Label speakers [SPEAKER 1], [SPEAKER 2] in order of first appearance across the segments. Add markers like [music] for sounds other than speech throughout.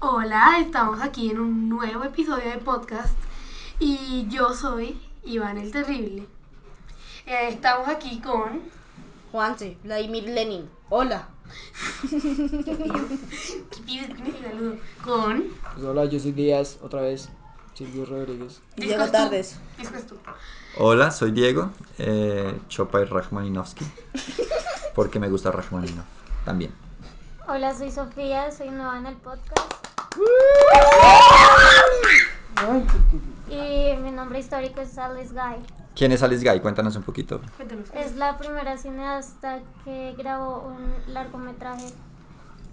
[SPEAKER 1] Hola, estamos aquí en un nuevo episodio de podcast y yo soy Iván el Terrible. Eh, estamos aquí con...
[SPEAKER 2] Juanse, Vladimir Lenin. Hola.
[SPEAKER 1] ¿Qué pides? ¿Qué me saludo? Con...
[SPEAKER 3] Pues hola, yo soy Díaz, otra vez, Silvio Rodríguez.
[SPEAKER 2] Y
[SPEAKER 1] Discos
[SPEAKER 2] Diego
[SPEAKER 1] tú.
[SPEAKER 2] Tardes.
[SPEAKER 1] Discos tú.
[SPEAKER 4] Hola, soy Diego, eh, Chopa y Rachmaninovsky, porque me gusta Rachmaninoff también.
[SPEAKER 5] Hola, soy Sofía, soy nueva en el podcast. Y mi nombre histórico es Alice Guy.
[SPEAKER 4] ¿Quién es Alice Guy? Cuéntanos un poquito.
[SPEAKER 1] Cuéntanos.
[SPEAKER 5] Es la primera cineasta que grabó un largometraje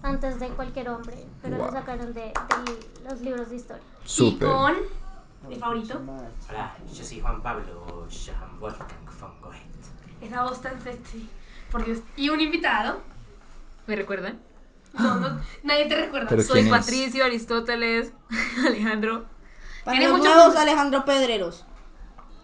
[SPEAKER 5] antes de cualquier hombre, pero lo
[SPEAKER 4] Wow.
[SPEAKER 5] sacaron de, de los libros de historia.
[SPEAKER 4] Súper.
[SPEAKER 1] Y con... Mi favorito,
[SPEAKER 6] Hola, yo soy Juan Pablo Johann Wolfgang von Goethe.
[SPEAKER 1] esa voz tan sexy, por Dios. Y un invitado,
[SPEAKER 7] ¿Me recuerdan?
[SPEAKER 1] no, no, nadie te recuerda.
[SPEAKER 4] Pero
[SPEAKER 7] Soy
[SPEAKER 4] ¿quién es?
[SPEAKER 7] Patricio, Aristóteles, [laughs] Alejandro.
[SPEAKER 2] Para
[SPEAKER 1] Tiene
[SPEAKER 2] los
[SPEAKER 1] mucho-
[SPEAKER 2] nuevos, Alejandro Pedreros.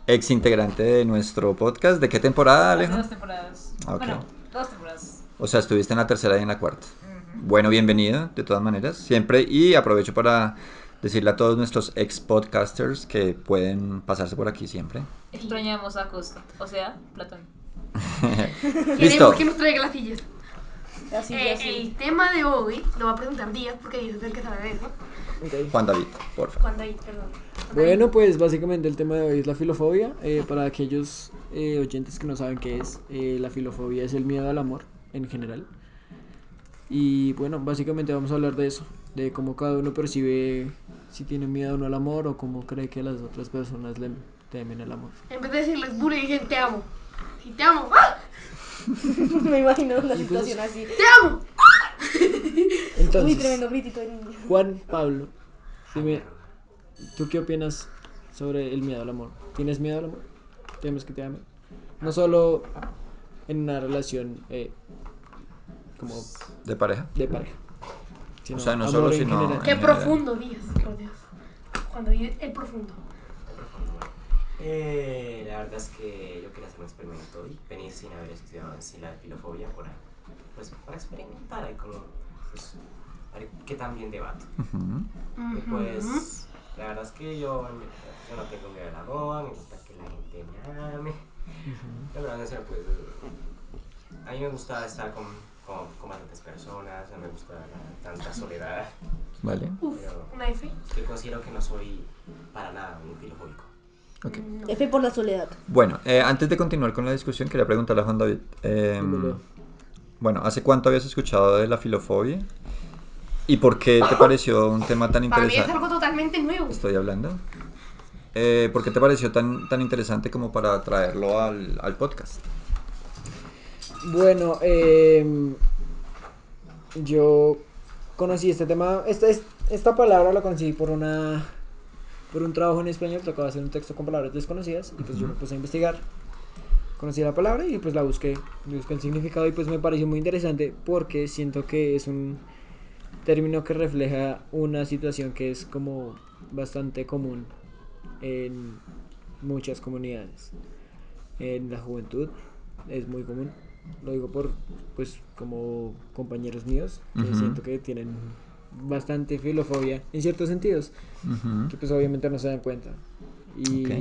[SPEAKER 4] Ex integrante de nuestro podcast. ¿De qué temporada,
[SPEAKER 7] Hace
[SPEAKER 4] Alejo?
[SPEAKER 7] dos temporadas.
[SPEAKER 4] Ah, ok.
[SPEAKER 7] Bueno, dos temporadas.
[SPEAKER 4] O sea, estuviste en la tercera y en la cuarta. Bueno, bienvenido, de todas maneras, siempre. Y aprovecho para decirle a todos nuestros ex podcasters que pueden pasarse por aquí siempre.
[SPEAKER 7] Extrañamos a Costa, o sea, Platón.
[SPEAKER 4] Listo.
[SPEAKER 1] Queremos que nos traiga las sillas.
[SPEAKER 2] Así,
[SPEAKER 1] Eh,
[SPEAKER 2] así.
[SPEAKER 1] el tema de hoy lo va a presentar Díaz porque Díaz es el que sabe de eso.
[SPEAKER 3] Ok.
[SPEAKER 4] Juan David, por favor.
[SPEAKER 1] Cuando hay, perdón. Cuando hay-
[SPEAKER 3] Bueno, pues básicamente el tema de hoy es la filofobia. Eh, para aquellos eh, oyentes que no saben qué es, eh, la filofobia es el miedo al amor en general. Y bueno, básicamente vamos a hablar de eso, de cómo cada uno percibe si tiene miedo o no al amor o cómo cree que las otras personas le temen el amor.
[SPEAKER 1] En vez de decirles bullying, dicen te amo. Y te amo. ¡Ah!
[SPEAKER 2] [laughs] Me imagino la
[SPEAKER 3] Y pues-
[SPEAKER 2] situación así.
[SPEAKER 1] ¡Te amo!
[SPEAKER 2] Uy,
[SPEAKER 3] Entonces,
[SPEAKER 2] tremendo gritito de niño.
[SPEAKER 3] Juan Pablo, dime, ¿tú qué opinas sobre el miedo al amor? ¿Tienes miedo al amor? ¿Temes que te amen? No solo en una relación eh, como
[SPEAKER 4] ¿De pareja?
[SPEAKER 3] de pareja. sino
[SPEAKER 4] O sea, no
[SPEAKER 3] amor
[SPEAKER 4] solo,
[SPEAKER 3] en
[SPEAKER 4] sino-
[SPEAKER 3] general.
[SPEAKER 1] Qué
[SPEAKER 4] general.
[SPEAKER 1] profundo, Díaz. Por Dios. Cuando viene el profundo.
[SPEAKER 6] Eh, la verdad es que yo quería hacer un experimento y venir sin haber estudiado en sí la filofobia para, pues, para experimentar y como, pues, a ver qué tan bien debato.
[SPEAKER 4] Ujú.
[SPEAKER 6] Y
[SPEAKER 1] Ujú.
[SPEAKER 6] pues, la verdad es que yo, yo no tengo miedo al amor, me gusta que la gente me ame. La verdad es que, pues, a mí me gusta estar con, con, con bastantes personas, no me gusta la- tanta soledad.
[SPEAKER 4] Vale.
[SPEAKER 1] Uf, una F.
[SPEAKER 6] Yo considero que no soy para nada un filofóbico.
[SPEAKER 4] Ok.
[SPEAKER 1] No.
[SPEAKER 2] F por la soledad.
[SPEAKER 4] Bueno, eh, antes de continuar con la discusión, quería preguntarle a Juan David. eh,
[SPEAKER 3] Dímelo.
[SPEAKER 4] bueno, ¿hace cuánto habías escuchado de la filofobia? ¿Y por qué te pareció un tema
[SPEAKER 1] [laughs]
[SPEAKER 4] tan
[SPEAKER 1] Para mí es
[SPEAKER 4] interesante?
[SPEAKER 1] algo totalmente nuevo.
[SPEAKER 4] Estoy hablando. Eh, ¿Por qué te pareció tan, tan interesante como para traerlo al, al podcast?
[SPEAKER 3] Bueno, em, yo conocí este tema, esta, es- esta palabra la conocí por una por un trabajo en español, tocaba hacer un texto con palabras desconocidas y pues yo me puse a investigar. Conocí la palabra y pues la busqué, busqué el significado y pues me pareció muy interesante porque siento que es un término que refleja una situación que es como bastante común en muchas comunidades. En la juventud es muy común. Lo digo por, pues, como compañeros míos, que
[SPEAKER 4] Ujú.
[SPEAKER 3] siento que tienen bastante filofobia en ciertos sentidos,
[SPEAKER 4] Ujú.
[SPEAKER 3] que pues obviamente no se dan cuenta. Y,
[SPEAKER 4] Ok.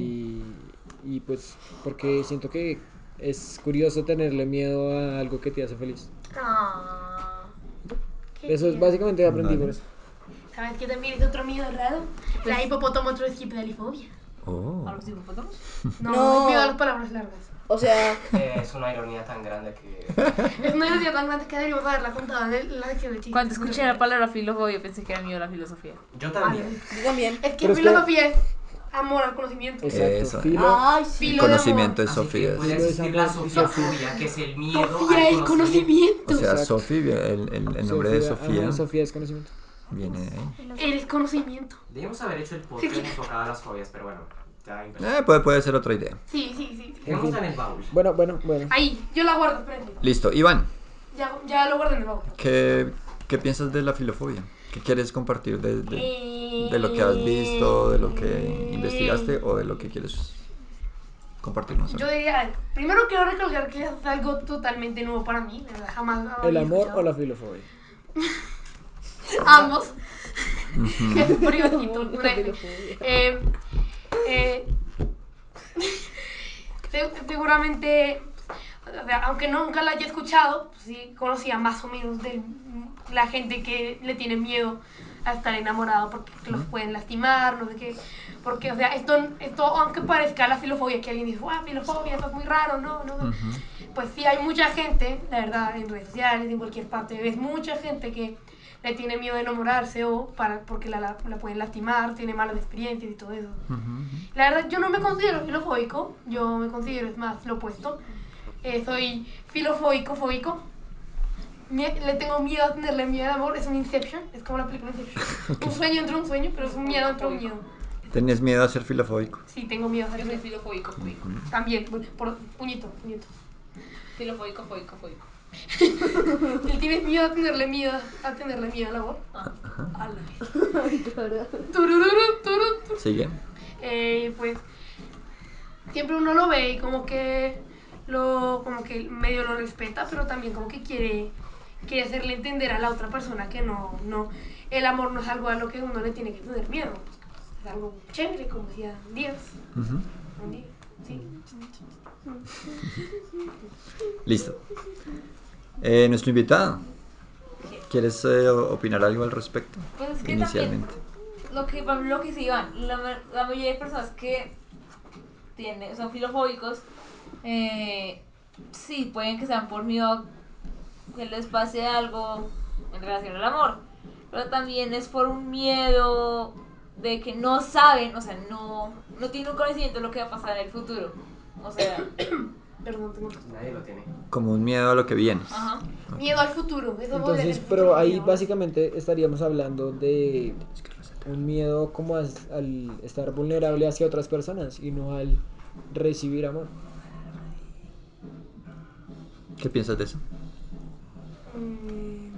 [SPEAKER 3] y pues, porque siento que es curioso tenerle miedo a algo que te hace feliz.
[SPEAKER 1] Ah. Qué
[SPEAKER 3] Eso es
[SPEAKER 1] bien.
[SPEAKER 3] básicamente lo que aprendí
[SPEAKER 4] Vale.
[SPEAKER 3] por eso.
[SPEAKER 1] ¿Sabes qué también es otro miedo raro? La hipopotomo esquipedalifobia.
[SPEAKER 4] Oh.
[SPEAKER 7] ¿A los hipopótamos?
[SPEAKER 1] No,
[SPEAKER 2] No.
[SPEAKER 1] es miedo a las palabras largas.
[SPEAKER 2] O sea,
[SPEAKER 6] Eh, es una ironía tan grande que
[SPEAKER 1] Es una ironía tan grande que deberíamos haberla contado en la sección de chistes.
[SPEAKER 7] Cuando escuché la palabra filofobia pensé que era mío la filosofía.
[SPEAKER 6] yo también.
[SPEAKER 2] yo también.
[SPEAKER 1] Es que
[SPEAKER 3] Pero es que-
[SPEAKER 1] filosofía es amor al conocimiento.
[SPEAKER 3] Exacto.
[SPEAKER 4] Eso,
[SPEAKER 3] Filo-
[SPEAKER 8] Ah.
[SPEAKER 2] Ay, sí.
[SPEAKER 4] El
[SPEAKER 1] Filo de
[SPEAKER 4] conocimiento es
[SPEAKER 6] Así que
[SPEAKER 4] Sofía.
[SPEAKER 6] puede
[SPEAKER 3] Lo de
[SPEAKER 6] existir la
[SPEAKER 3] San
[SPEAKER 6] sofiofobia, que es el miedo
[SPEAKER 1] Sofía
[SPEAKER 6] al
[SPEAKER 1] es conocimiento.
[SPEAKER 4] O sea,
[SPEAKER 3] Exacto.
[SPEAKER 4] Sofía, el, el- el nombre de
[SPEAKER 3] Sofía. ah,
[SPEAKER 4] Sofía
[SPEAKER 3] ajá, Sofía es conocimiento.
[SPEAKER 4] viene de ahí.
[SPEAKER 1] Eres conocimiento.
[SPEAKER 6] Debíamos haber hecho el podcast enfocado a las fobias, pero bueno, ya empezamos.
[SPEAKER 4] Eh, puede, puede ser otra idea.
[SPEAKER 1] Sí, sí, sí. sí.
[SPEAKER 6] Dejémosla en el baúl.
[SPEAKER 3] Bueno, bueno, bueno.
[SPEAKER 1] Ahí, yo la guardo, espérenme.
[SPEAKER 4] Listo, Iván.
[SPEAKER 1] Ya, ya lo guardo en el baúl.
[SPEAKER 4] ¿Qué, qué piensas de la filofobia? ¿Qué quieres compartir de,
[SPEAKER 1] Eh,
[SPEAKER 4] de- de lo que has visto, de lo que investigaste o de lo que quieres compartirnos? hoy?
[SPEAKER 1] Yo diría, primero quiero recalcar que es algo totalmente nuevo para mí, ¿verdad? Jamás. lo
[SPEAKER 3] ¿El
[SPEAKER 1] había
[SPEAKER 3] amor o
[SPEAKER 1] escuchado.
[SPEAKER 3] la filofobia?
[SPEAKER 1] Ambos. [laughs] es un privatito, un F.
[SPEAKER 2] Filofobia.
[SPEAKER 1] Eh, eh, se- seguramente, o sea, aunque nunca la haya escuchado, pues sí conocía más o menos de la gente que le tiene miedo a estar enamorado porque los pueden lastimar, no sé qué. Porque, o sea, esto, esto aunque parezca la filofobia, que alguien dice, wow, filofobia, eso es muy raro, no, no. no".
[SPEAKER 4] Ujú.
[SPEAKER 1] Pues sí, hay mucha gente, la verdad, en redes sociales, en cualquier parte, ves mucha gente que le tiene miedo de enamorarse o para, porque la, la- la pueden lastimar, tiene malas experiencias y todo eso.
[SPEAKER 4] Ujú,
[SPEAKER 1] La verdad, yo no me considero filofóbico, yo me considero, es más, lo opuesto. Eh, soy filofóbico, fóbico. Mie- Le tengo miedo a tenerle miedo al amor, es un Inception, es como la película Inception. Un sueño entre un sueño, pero es un miedo entre un miedo.
[SPEAKER 4] ujú. ¿Tenías miedo a ser filofóbico?
[SPEAKER 1] Sí, tengo miedo a
[SPEAKER 7] Yo
[SPEAKER 1] hacer
[SPEAKER 7] soy
[SPEAKER 1] eso.
[SPEAKER 7] filofóbico, foico.
[SPEAKER 1] También, por, por- puñito, puñito.
[SPEAKER 7] Filofóbico, foico, foico.
[SPEAKER 1] ¿Le tienes miedo a tenerle miedo a tenerle miedo al amor?
[SPEAKER 7] Ah.
[SPEAKER 1] Ala.
[SPEAKER 2] Claro.
[SPEAKER 1] Turururu, turu, turu.
[SPEAKER 4] ¿Sigue?
[SPEAKER 1] Eh, pues siempre uno lo ve y como que lo como que medio lo respeta, pero también como que quiere quiere hacerle entender a la otra persona que no no el amor no es algo a lo que uno le tiene que tener miedo. Es algo chévere, como decía Díaz.
[SPEAKER 4] Ujú.
[SPEAKER 1] ¿no? Díaz, Sí.
[SPEAKER 4] Listo. Eh, Nuestro invitado. ¿Quieres eh, o- opinar algo al respecto?
[SPEAKER 7] Pues es que
[SPEAKER 4] Inicialmente.
[SPEAKER 7] también, lo que, para mí lo que sí van, la, ma- la mayoría de personas que tienen, son filofóbicos, eh, sí, pueden que sean por miedo a que les pase algo en relación al amor, pero también es por un miedo de que no saben, o sea, no, no tienen un conocimiento de lo que va a pasar en el futuro. O sea,
[SPEAKER 1] Perdón, tengo
[SPEAKER 6] Nadie lo tiene.
[SPEAKER 4] Como un miedo a lo que viene.
[SPEAKER 7] ajá.
[SPEAKER 1] miedo al futuro. Eso voy a
[SPEAKER 3] Entonces,
[SPEAKER 1] tener
[SPEAKER 3] pero ahí
[SPEAKER 1] miedo.
[SPEAKER 3] básicamente estaríamos hablando de un miedo como as- al estar vulnerable hacia otras personas y no al recibir amor.
[SPEAKER 4] ¿Qué piensas de eso?
[SPEAKER 1] Mm,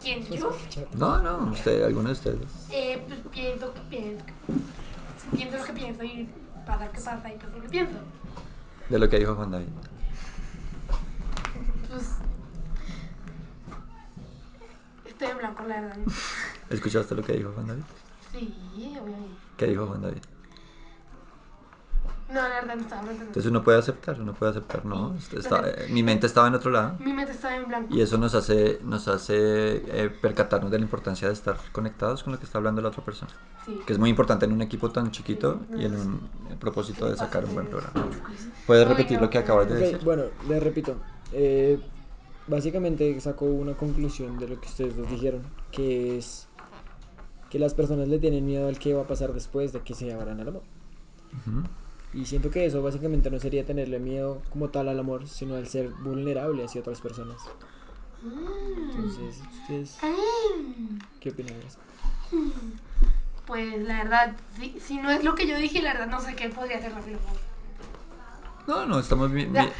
[SPEAKER 1] ¿Quién
[SPEAKER 3] Pues,
[SPEAKER 1] yo?
[SPEAKER 3] chat.
[SPEAKER 4] No, no, usted, alguno de ustedes.
[SPEAKER 1] Eh, pues pienso que pienso. que- Pienso lo que pienso y pasa lo que pasa y pasa lo que pienso.
[SPEAKER 4] De lo que dijo Juan David.
[SPEAKER 1] Pues. Estoy en blanco, la verdad.
[SPEAKER 4] ¿Escuchaste lo que dijo Juan David?
[SPEAKER 1] Sí, obviamente.
[SPEAKER 4] ¿Qué dijo Juan David?
[SPEAKER 1] No, la verdad, no estaba entendiendo.
[SPEAKER 4] Entonces uno puede aceptar, uno puede aceptar, no. est- está- eh, mi mente estaba en otro lado
[SPEAKER 1] Mi mente estaba en blanco.
[SPEAKER 4] y eso nos hace, nos hace eh, percatarnos de la importancia de estar conectados con lo que está hablando la otra persona.
[SPEAKER 1] Sí.
[SPEAKER 4] Que es muy importante en un equipo tan chiquito y en un el propósito de sacar un buen programa. ¿Puedes repetir lo que acabas de
[SPEAKER 3] Ok,
[SPEAKER 4] decir?
[SPEAKER 3] bueno, les repito. eh, básicamente saco una conclusión de lo que ustedes nos dijeron, que es que las personas le tienen miedo al que va a pasar después de que se llevarán al amor.
[SPEAKER 4] Ujú.
[SPEAKER 3] Y siento que eso básicamente no sería tenerle miedo como tal al amor, sino al ser vulnerable hacia otras personas. Entonces, ¿ustedes
[SPEAKER 1] Mm.
[SPEAKER 3] qué opinan de eso?
[SPEAKER 1] Pues la verdad, si, si no es lo que yo dije, la verdad no sé qué podría hacer la filofobia.
[SPEAKER 4] No, no, estamos bien.
[SPEAKER 1] O sea,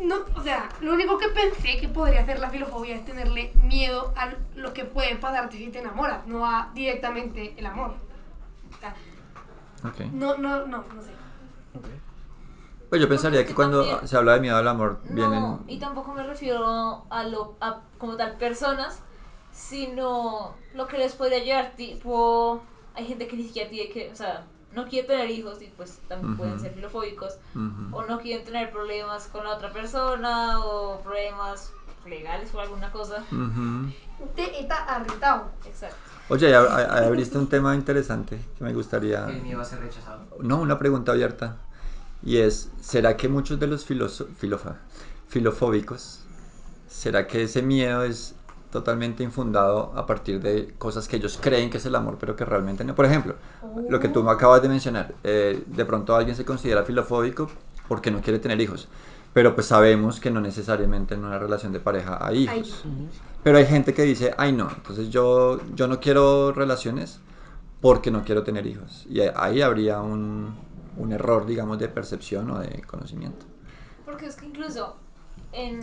[SPEAKER 1] no, o sea, lo único que pensé que podría hacer la filofobia es tenerle miedo a lo que puede pasarte si te enamoras, no a directamente el amor. O sea,
[SPEAKER 4] Ok.
[SPEAKER 1] no, no, no, no sé.
[SPEAKER 4] Pues yo pensaría que cuando
[SPEAKER 7] también-
[SPEAKER 4] se habla de miedo al amor,
[SPEAKER 7] No, y
[SPEAKER 4] vienen.
[SPEAKER 7] tampoco me refiero a, lo, a como tal personas, sino lo que les podría ayudar, tipo, hay gente que ni siquiera tiene que, o sea, no quiere tener hijos y pues también pueden
[SPEAKER 4] Ujú.
[SPEAKER 7] ser filofóbicos,
[SPEAKER 4] Ujú.
[SPEAKER 7] o no quieren tener problemas con la otra persona, o problemas legales o alguna cosa.
[SPEAKER 4] Ujú.
[SPEAKER 1] Usted está arritado.
[SPEAKER 7] Exacto.
[SPEAKER 4] Oye, ahí ab- ahí abriste un tema interesante que me gustaría.
[SPEAKER 6] El miedo a ser rechazado.
[SPEAKER 4] No, una pregunta abierta. Y es, ¿será que muchos de los filoso- filofa- filofóbicos, será que ese miedo es totalmente infundado a partir de cosas que ellos creen que es el amor, pero que realmente no? Por ejemplo, lo que tú me acabas de mencionar, eh, de pronto alguien se considera filofóbico porque no quiere tener hijos, pero pues sabemos que no necesariamente en una relación de pareja hay
[SPEAKER 1] Ay,
[SPEAKER 4] hijos. Pero hay gente que dice, ay no, entonces yo, yo no quiero relaciones porque no quiero tener hijos. Y a- ahí habría un, un error, digamos, de percepción o de conocimiento.
[SPEAKER 7] Porque es que incluso en,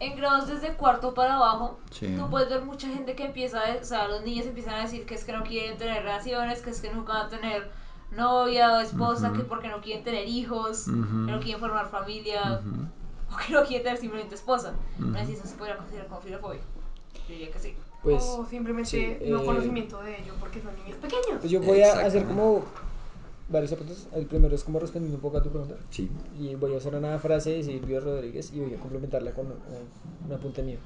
[SPEAKER 7] en grados desde cuarto para abajo,
[SPEAKER 4] Sí.
[SPEAKER 7] tú puedes ver mucha gente que empieza, a, o sea, los niños empiezan a decir que es que no quieren tener relaciones, que es que nunca van a tener novia o esposa,
[SPEAKER 4] Ujú.
[SPEAKER 7] que porque no quieren tener hijos,
[SPEAKER 4] Ujú.
[SPEAKER 7] que no quieren formar familia,
[SPEAKER 4] Ujú.
[SPEAKER 7] o que no quieren tener simplemente esposa. No sé
[SPEAKER 4] Ujú.
[SPEAKER 7] si eso se podría considerar como filofobia. Yo diría que sí.
[SPEAKER 3] pues,
[SPEAKER 1] o simplemente
[SPEAKER 3] sí,
[SPEAKER 1] no
[SPEAKER 3] eh,
[SPEAKER 1] conocimiento de ello porque son niños pequeños.
[SPEAKER 3] pues yo voy a hacer
[SPEAKER 4] Exactamente.
[SPEAKER 3] como varios apuntes. El primero es como respondiendo un poco a tu pregunta.
[SPEAKER 4] Sí.
[SPEAKER 3] Y voy a usar una frase de Silvio Rodríguez y voy a complementarla con un, un apunte mío.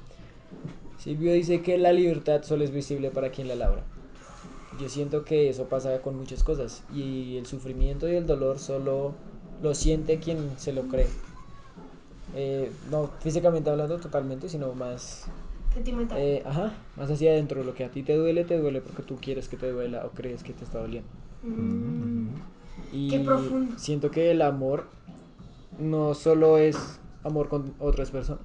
[SPEAKER 3] Silvio dice que la libertad solo es visible para quien la labra. Yo siento que eso pasa con muchas cosas y el sufrimiento y el dolor solo lo siente quien se lo cree. Eh, no físicamente hablando totalmente, sino más
[SPEAKER 1] Sentimental.
[SPEAKER 3] eh, ajá, más hacia adentro, lo que a ti te duele, te duele porque tú quieres que te duela o crees que te está doliendo.
[SPEAKER 1] Mm.
[SPEAKER 3] Y
[SPEAKER 1] Qué profundo.
[SPEAKER 3] siento que el amor no solo es amor con otras personas.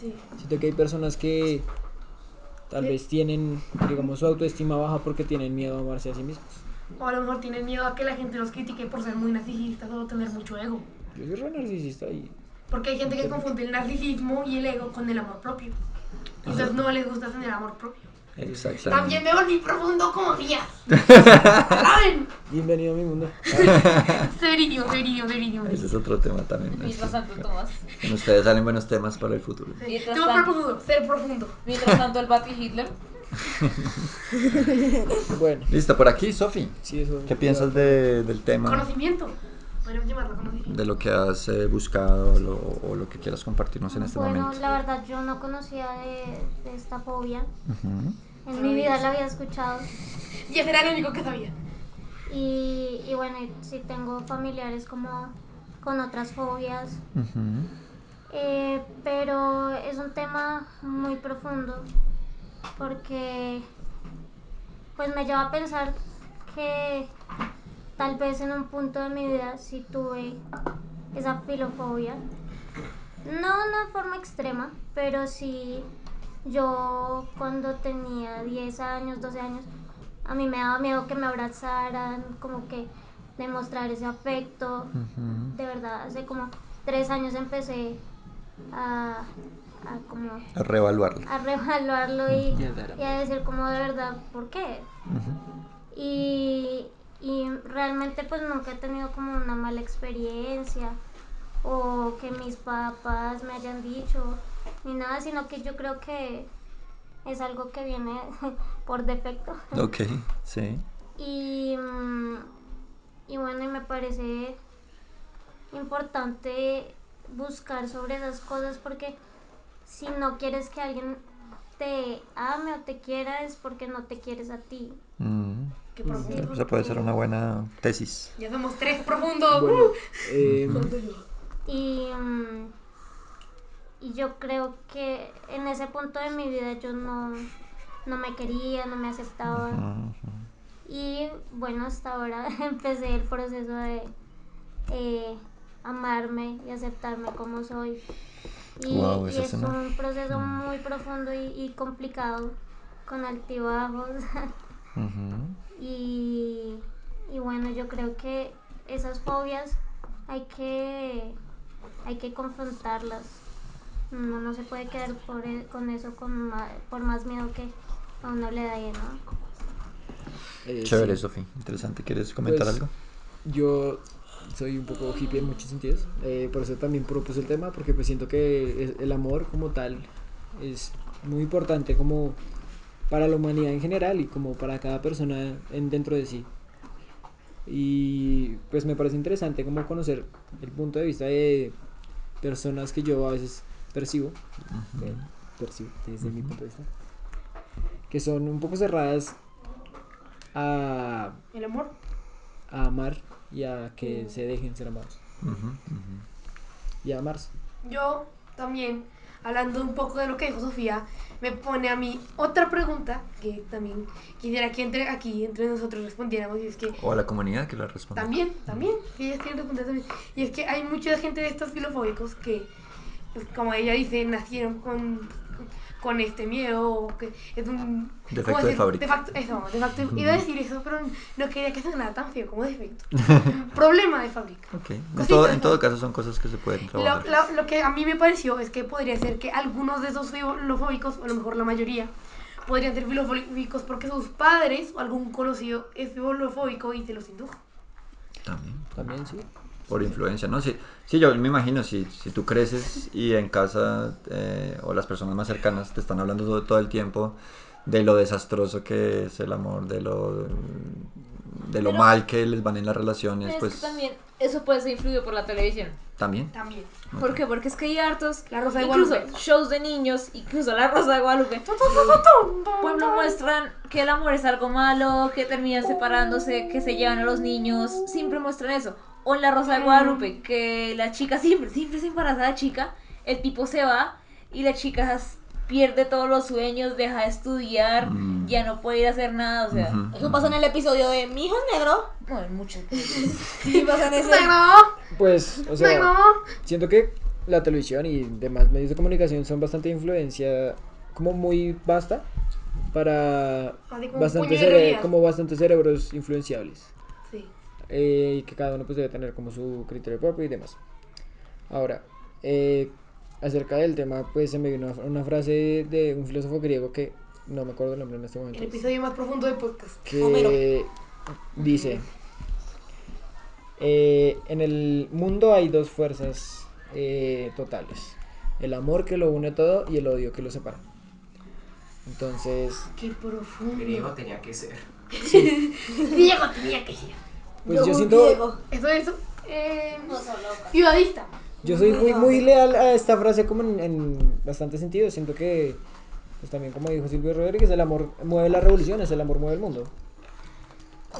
[SPEAKER 1] Sí.
[SPEAKER 3] Siento que hay personas que tal
[SPEAKER 1] Sí.
[SPEAKER 3] vez tienen, digamos, su autoestima baja porque tienen miedo a amarse a sí mismos.
[SPEAKER 1] O a lo mejor tienen miedo a que la gente los critique por ser muy narcisistas o tener mucho ego.
[SPEAKER 3] Yo soy re narcisista y
[SPEAKER 1] Porque hay gente que confunde el narcisismo y el ego con el amor propio. Entonces no les gusta tener amor propio.
[SPEAKER 4] Exactamente.
[SPEAKER 1] También me volví profundo como
[SPEAKER 4] [laughs]
[SPEAKER 1] Díaz. ¿Saben?
[SPEAKER 3] bienvenido a
[SPEAKER 1] [laughs]
[SPEAKER 3] mi mundo. Ah,
[SPEAKER 1] Serio, serio, serio.
[SPEAKER 4] Ese es otro tema también.
[SPEAKER 7] Mientras tanto, Tomás.
[SPEAKER 4] Con ustedes salen buenos temas para el futuro.
[SPEAKER 7] Mientras
[SPEAKER 1] Tengo
[SPEAKER 7] tanto-
[SPEAKER 1] profundo, ser profundo.
[SPEAKER 7] Mientras tanto, el Bati
[SPEAKER 4] [laughs]
[SPEAKER 7] Hitler.
[SPEAKER 3] Bueno,
[SPEAKER 4] Listo, por aquí, Sofi.
[SPEAKER 3] sí, eso.
[SPEAKER 4] ¿Qué piensas de- del tema?
[SPEAKER 1] Conocimiento. Podríamos llamarlo conocimiento.
[SPEAKER 4] De lo que has eh, buscado lo- o lo que quieras compartirnos en este
[SPEAKER 5] bueno,
[SPEAKER 4] momento.
[SPEAKER 5] la verdad yo no conocía de, de esta fobia.
[SPEAKER 4] Ujú.
[SPEAKER 5] En mi vida la había escuchado.
[SPEAKER 1] Y ese era el único que sabía.
[SPEAKER 5] Y, y bueno, y sí tengo familiares como con otras fobias.
[SPEAKER 4] Ujú.
[SPEAKER 5] Eh, pero es un tema muy profundo porque pues me lleva a pensar que tal vez en un punto de mi vida sí tuve esa filofobia. No una forma extrema, pero sí yo cuando tenía 10 años, 12 años, a mí me daba miedo que me abrazaran, como que demostrar ese afecto
[SPEAKER 4] Ujú.
[SPEAKER 5] de verdad hace como tres años empecé a, a como
[SPEAKER 4] A reevaluarlo.
[SPEAKER 5] a reevaluarlo y,
[SPEAKER 3] Ya dará.
[SPEAKER 5] y a decir como de verdad por qué
[SPEAKER 4] Ujú.
[SPEAKER 5] y, y realmente pues nunca he tenido como una mala experiencia o que mis papás me hayan dicho ni nada sino que yo creo que es algo que viene [laughs] por defecto
[SPEAKER 4] Ok, sí.
[SPEAKER 5] y, mm, y bueno, y me parece importante buscar sobre esas cosas porque si no quieres que alguien te ame o te quiera es porque no te quieres a ti.
[SPEAKER 4] Mm.
[SPEAKER 1] Qué profundo.
[SPEAKER 4] Esa puede ser una buena tesis.
[SPEAKER 1] Ya somos tres profundos.
[SPEAKER 3] Bueno,
[SPEAKER 1] Uh.
[SPEAKER 3] eh,
[SPEAKER 5] Y, mm, y yo creo que en ese punto de mi vida yo no, no me quería, no me aceptaba.
[SPEAKER 4] Ujú.
[SPEAKER 5] Y bueno, hasta ahora [laughs] empecé el proceso de eh, amarme y aceptarme como soy. Y,
[SPEAKER 4] Guau,
[SPEAKER 5] y
[SPEAKER 4] ese
[SPEAKER 5] es
[SPEAKER 4] suena- Mm.
[SPEAKER 5] un proceso muy profundo y, y complicado, con altibajos. [laughs]
[SPEAKER 4] Ujú.
[SPEAKER 5] y, y bueno, yo creo que esas fobias hay que, hay que confrontarlas. Uno no se puede quedar por e- con eso con ma- por más miedo que a uno le da, ¿no?
[SPEAKER 3] eh,
[SPEAKER 4] Chévere,
[SPEAKER 3] sí.
[SPEAKER 4] Sofi. Interesante. ¿Quieres comentar
[SPEAKER 3] Pues,
[SPEAKER 4] algo?
[SPEAKER 3] Yo soy un poco hippie en muchos sentidos, eh, por eso también propuse el tema, porque pues siento que es- el amor como tal es muy importante como para la humanidad en general y como para cada persona en, dentro de sí. Y pues me parece interesante como conocer el punto de vista de personas que yo a veces percibo, eh, percibo desde mi punto de vista, que son un poco cerradas a
[SPEAKER 1] El amor.
[SPEAKER 3] a amar y a que se dejen ser amados
[SPEAKER 4] Ujú, ujú.
[SPEAKER 3] y a amarse.
[SPEAKER 1] Yo también, hablando un poco de lo que dijo Sofía, me pone a mí otra pregunta que también quisiera que entre aquí entre nosotros respondiéramos y es que
[SPEAKER 4] O a la comunidad que la responda.
[SPEAKER 1] también, también, que ellas tienen que responder también. Y es que hay mucha gente de estos filofóbicos que, pues, como ella dice, nacieron con, con este miedo, o que es un...
[SPEAKER 4] Defecto
[SPEAKER 1] ¿cómo
[SPEAKER 4] de fábrica.
[SPEAKER 1] facto- eso, de facto, iba a decir eso, pero no quería que sonara tan feo como defecto. Problema de fábrica.
[SPEAKER 4] Ok. En
[SPEAKER 1] Cositas,
[SPEAKER 4] todo, en todo
[SPEAKER 1] ¿no?
[SPEAKER 4] caso son cosas que se pueden
[SPEAKER 1] Lo,
[SPEAKER 4] trabajar.
[SPEAKER 1] lo- lo que a mí me pareció es que podría ser que algunos de esos filofóbicos, o a lo mejor la mayoría, podrían ser filofóbicos porque sus padres o algún conocido es filofóbico y se los indujo.
[SPEAKER 4] También.
[SPEAKER 3] También sí.
[SPEAKER 4] Por influencia, ¿no? Sí, sí yo me imagino, si, si tú creces y en casa eh, o las personas más cercanas te están hablando todo, todo el tiempo de lo desastroso que es el amor, de lo, de lo
[SPEAKER 7] Pero-
[SPEAKER 4] mal que les van en las
[SPEAKER 7] Pero
[SPEAKER 4] relaciones,
[SPEAKER 7] es
[SPEAKER 4] pues
[SPEAKER 7] que también eso puede ser influido por la televisión.
[SPEAKER 4] también.
[SPEAKER 1] También.
[SPEAKER 7] ¿Por qué? Porque es que hay hartos,
[SPEAKER 1] La Rosa de
[SPEAKER 7] incluso
[SPEAKER 1] Guadalupe.
[SPEAKER 7] shows de niños, incluso La Rosa de Guadalupe, pues nos muestran que el amor es algo malo, que terminan separándose, que se llevan a los niños, siempre muestran eso. O en La Rosa de Guadalupe, que la chica siempre, siempre se embaraza la chica, el tipo se va y la chica s- pierde todos los sueños, deja de estudiar,
[SPEAKER 4] Mm.
[SPEAKER 7] ya no puede ir a hacer nada, o sea,
[SPEAKER 4] Ujú.
[SPEAKER 8] Eso pasa en el episodio de Mi hijo es negro.
[SPEAKER 1] [laughs]
[SPEAKER 7] bueno, muchas cosas.
[SPEAKER 8] Sí, pasa en ese.
[SPEAKER 1] mamá!
[SPEAKER 3] Pues, o
[SPEAKER 1] ¡Me
[SPEAKER 3] sea, siento que la televisión y demás medios de comunicación son bastante influencia, como muy vasta, para
[SPEAKER 1] Así eh, como
[SPEAKER 3] bastante
[SPEAKER 1] puño de
[SPEAKER 3] cere-
[SPEAKER 1] realidad.
[SPEAKER 3] como bastantes cerebros influenciables.
[SPEAKER 1] Sí.
[SPEAKER 3] eh, y que cada uno pues debe tener como su criterio propio y demás. Ahora, eh, acerca del tema, pues se me vino una, una frase de un filósofo griego que no me acuerdo el nombre en este momento.
[SPEAKER 1] El episodio más profundo del podcast.
[SPEAKER 3] Que dice, eh, en el mundo hay dos fuerzas eh, totales. El amor que lo une todo y el odio que lo separa. Entonces,
[SPEAKER 1] ¡Qué profundo!
[SPEAKER 6] Griego
[SPEAKER 1] [laughs]
[SPEAKER 6] tenía que ser.
[SPEAKER 1] Diego tenía que ser.
[SPEAKER 3] pues yo,
[SPEAKER 8] Yogur
[SPEAKER 3] siento,
[SPEAKER 8] griego.
[SPEAKER 1] Eso es. Eh, ciudadista.
[SPEAKER 3] Yo soy muy, muy leal a esta frase como en, en bastante sentido. Siento que, pues también como dijo Silvio Rodríguez, el amor mueve las revoluciones, el amor mueve el mundo.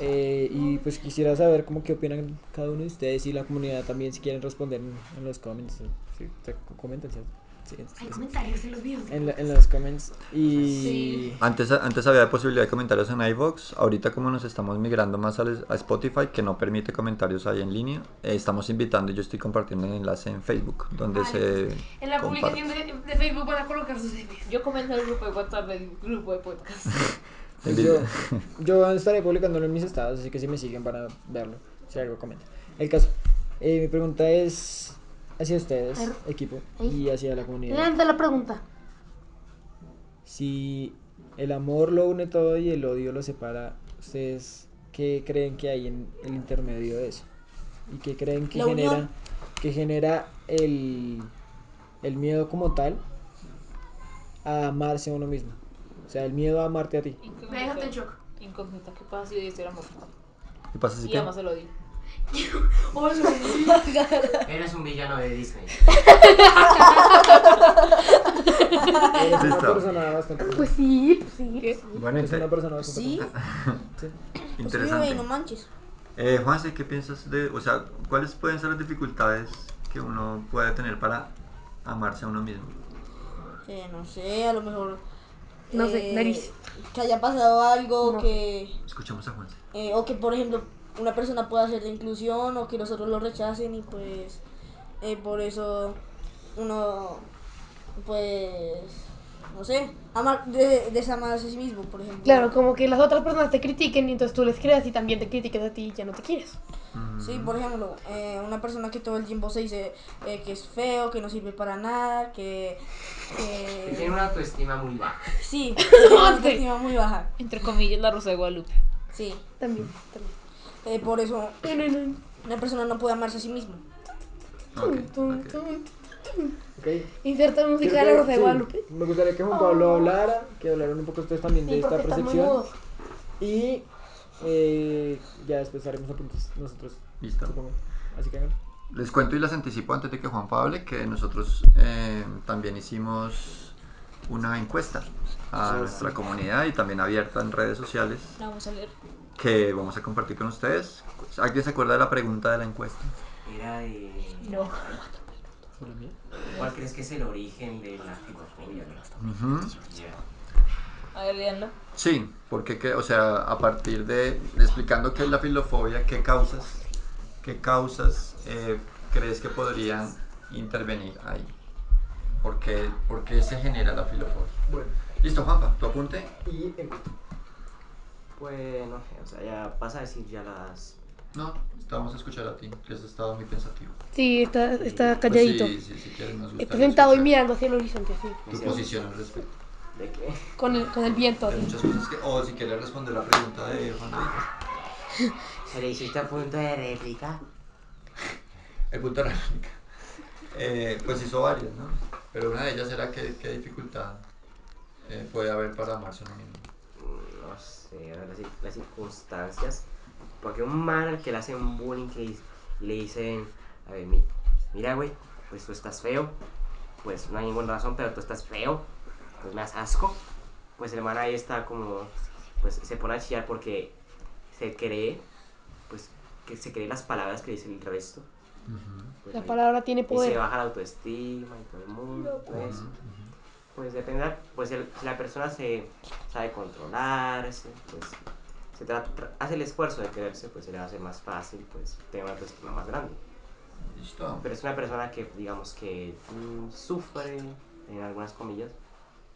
[SPEAKER 3] Eh, y pues quisiera saber cómo qué opinan cada uno de ustedes y la comunidad también si quieren responder en, en los comments. eh, Sí, te- comentan, ¿cierto? Sí,
[SPEAKER 1] Hay
[SPEAKER 3] es-
[SPEAKER 1] comentarios en los videos.
[SPEAKER 3] en, la- en los comments. Y
[SPEAKER 7] Sí.
[SPEAKER 4] Antes, antes había posibilidad de comentarios en iVoox, ahorita como nos estamos migrando más al- a Spotify, que no permite comentarios ahí en línea, eh, estamos invitando, yo estoy compartiendo el enlace en Facebook, donde
[SPEAKER 1] Vale.
[SPEAKER 4] se
[SPEAKER 1] En la
[SPEAKER 4] comparte.
[SPEAKER 1] publicación de, de Facebook van a colocar sus ideas.
[SPEAKER 7] Yo comento el grupo de WhatsApp del grupo de podcast.
[SPEAKER 3] pues,
[SPEAKER 4] [laughs]
[SPEAKER 3] yo, yo estaré publicándolo en mis estados, así que si me siguen van a verlo. Si algo comenta. El caso. eh, mi pregunta es hacia ustedes, equipo, y hacia la comunidad.
[SPEAKER 8] Levanta la pregunta.
[SPEAKER 3] Si el amor lo une todo y el odio lo separa, ¿ustedes qué creen que hay en el intermedio de eso? ¿Y qué creen que
[SPEAKER 8] La unión.
[SPEAKER 3] genera, que genera el, el miedo como tal a amarse a uno mismo? O sea, el miedo a amarte
[SPEAKER 8] [laughs]
[SPEAKER 3] a ti.
[SPEAKER 1] Me dejaste en shock.
[SPEAKER 7] Incógnita, ¿qué pasa si yo dice el amor?
[SPEAKER 4] ¿Qué pasa si
[SPEAKER 7] Y
[SPEAKER 4] qué?
[SPEAKER 7] además se lo di.
[SPEAKER 1] Oh, no. [laughs]
[SPEAKER 6] Eres un villano de Disney.
[SPEAKER 3] Eres una
[SPEAKER 4] Listo.
[SPEAKER 3] persona bastante...
[SPEAKER 8] Pues sí, pues sí.
[SPEAKER 4] Bueno,
[SPEAKER 3] Es una
[SPEAKER 4] inter-
[SPEAKER 1] [laughs]
[SPEAKER 3] persona bastante...
[SPEAKER 8] Sí. Pues sí, güey,
[SPEAKER 4] interesante.
[SPEAKER 8] no manches.
[SPEAKER 4] Eh, Juanse, ¿qué piensas de, o sea, cuáles pueden ser las dificultades que uno puede tener para amarse a uno mismo?
[SPEAKER 8] Eh, no sé, a lo mejor.
[SPEAKER 1] No sé,
[SPEAKER 2] eh,
[SPEAKER 1] nariz.
[SPEAKER 8] Que haya pasado algo
[SPEAKER 1] No.
[SPEAKER 8] que.
[SPEAKER 4] Escuchamos a Juanse.
[SPEAKER 8] eh, o que, por ejemplo, una persona pueda hacer la inclusión o que los otros lo rechacen y pues. eh, por eso uno. Pues. No sé, amar, de- desamarse a sí mismo, por ejemplo.
[SPEAKER 1] Claro, como que las otras personas te critiquen y entonces tú les creas y también te critiques a ti y ya no te quieres.
[SPEAKER 8] Sí,
[SPEAKER 4] Mm,
[SPEAKER 8] por ejemplo, eh, una persona que todo el tiempo se dice eh, que es feo, que no sirve para nada, que...
[SPEAKER 6] Que tiene
[SPEAKER 8] que-
[SPEAKER 6] [laughs] una autoestima muy baja.
[SPEAKER 1] [laughs]
[SPEAKER 8] Sí, tiene una autoestima muy baja.
[SPEAKER 7] Entre comillas, la Rosa de Guadalupe.
[SPEAKER 8] Sí,
[SPEAKER 1] También, también.
[SPEAKER 8] eh, por eso
[SPEAKER 1] Tun, tun,
[SPEAKER 8] una persona no puede amarse a sí mismo.
[SPEAKER 1] tun,
[SPEAKER 6] Ah,
[SPEAKER 1] tun,
[SPEAKER 4] Ok, ok.
[SPEAKER 1] tun.
[SPEAKER 3] Ok.
[SPEAKER 1] Inserta
[SPEAKER 3] Creo
[SPEAKER 1] música de
[SPEAKER 3] que-
[SPEAKER 1] la Rosa de
[SPEAKER 3] sí,
[SPEAKER 1] Guadalupe. Oh.
[SPEAKER 3] Me gustaría que Juan Pablo hablara, que hablaran un poco ustedes también de
[SPEAKER 1] Sí,
[SPEAKER 3] esta
[SPEAKER 1] porque están muy
[SPEAKER 3] percepción.
[SPEAKER 1] mudos.
[SPEAKER 3] Y eh, ya después haremos apuntes nosotros,
[SPEAKER 4] Listo.
[SPEAKER 3] supongo. Así que háganlo.
[SPEAKER 4] Les cuento y les anticipo antes de que Juan Pablo, que nosotros eh, también hicimos una encuesta a nuestra comunidad y también abierta en redes sociales
[SPEAKER 7] La vamos a leer.
[SPEAKER 4] que vamos a compartir con ustedes. ¿Alguien se acuerda de la pregunta de la encuesta?
[SPEAKER 6] Era de.
[SPEAKER 7] No.
[SPEAKER 3] Solo mía.
[SPEAKER 6] ¿Cuál crees que es el origen de la filofobia?
[SPEAKER 4] Ujú.
[SPEAKER 6] Ya.
[SPEAKER 7] A ver, leanlo.
[SPEAKER 4] Sí, porque que, o sea, a partir de explicando qué es la filofobia, qué causas, qué causas eh, crees que podrían intervenir ahí. ¿Por qué, por qué se genera la filofobia?
[SPEAKER 3] Bueno,
[SPEAKER 4] Listo, Juanpa, tu apunte.
[SPEAKER 3] y eh, encuesta.
[SPEAKER 6] Pues no sé, o sea, ya pasa a decir ya las.
[SPEAKER 4] No, estamos a escuchar a ti, que has estado muy pensativo.
[SPEAKER 1] Sí, está, está
[SPEAKER 6] Pues
[SPEAKER 1] calladito.
[SPEAKER 4] Pues sí, sí, si quieres, nos
[SPEAKER 1] Está
[SPEAKER 4] gustaría
[SPEAKER 1] sentado y
[SPEAKER 4] escuchar
[SPEAKER 1] mirando hacia el horizonte, así.
[SPEAKER 4] Tu posición al respecto.
[SPEAKER 6] ¿De qué? [laughs]
[SPEAKER 1] Con el, con el viento,
[SPEAKER 4] Hay
[SPEAKER 1] así.
[SPEAKER 4] muchas cosas que. O si quieres responder la pregunta de Juan David.
[SPEAKER 6] ¿Se le hiciste a punto de réplica?
[SPEAKER 4] El punto de la réplica. Eh, pues hizo varias, ¿no? Pero una de ellas era qué, qué dificultad eh, puede haber para amarse uno mismo?
[SPEAKER 6] no sé, a ver, las, cir- las circunstancias. Porque un man al que le hacen bullying que dice- y le dicen, a ver, mi- mira, güey, pues tú estás feo. Pues no hay ninguna razón, pero tú estás feo. Pues me das asco. Pues el man ahí está como, pues se pone a chillar porque se cree, pues que se cree las palabras que dicen el resto. Pues
[SPEAKER 1] La
[SPEAKER 6] ahí-
[SPEAKER 1] palabra tiene
[SPEAKER 6] y se
[SPEAKER 1] poder.
[SPEAKER 6] baja la autoestima y todo el mundo, todo eso. Pues depende, pues el- si la persona se sabe controlarse, pues se tra- tra- hace el esfuerzo de quererse, pues se le hace más fácil, pues tener una autoestima más grande.
[SPEAKER 4] Listo.
[SPEAKER 6] Pero es una persona que, digamos que mm, sufre, en algunas comillas,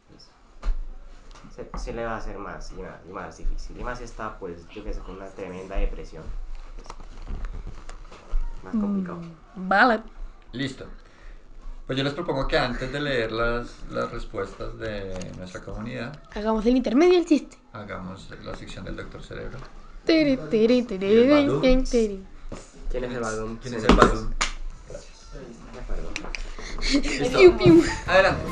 [SPEAKER 6] pues, se, se le va a hacer más y más, y más difícil. Y más si está, pues, yo que sé, con una tremenda depresión. pues, más
[SPEAKER 4] Mm.
[SPEAKER 6] complicado.
[SPEAKER 2] Vale.
[SPEAKER 4] Listo. Pues yo les propongo que antes de leer las, las respuestas de nuestra comunidad,
[SPEAKER 2] Hagamos el intermedio el chiste.
[SPEAKER 4] hagamos la sección del Doctor Cerebro.
[SPEAKER 2] Tiri, tiri, tiri,
[SPEAKER 4] Y el
[SPEAKER 2] tiri,
[SPEAKER 4] balón.
[SPEAKER 2] tiri, tiri.
[SPEAKER 6] ¿Quién es el balón?
[SPEAKER 4] Pues, ¿Quién es el balón?
[SPEAKER 2] Piu, piu.
[SPEAKER 4] Adelante.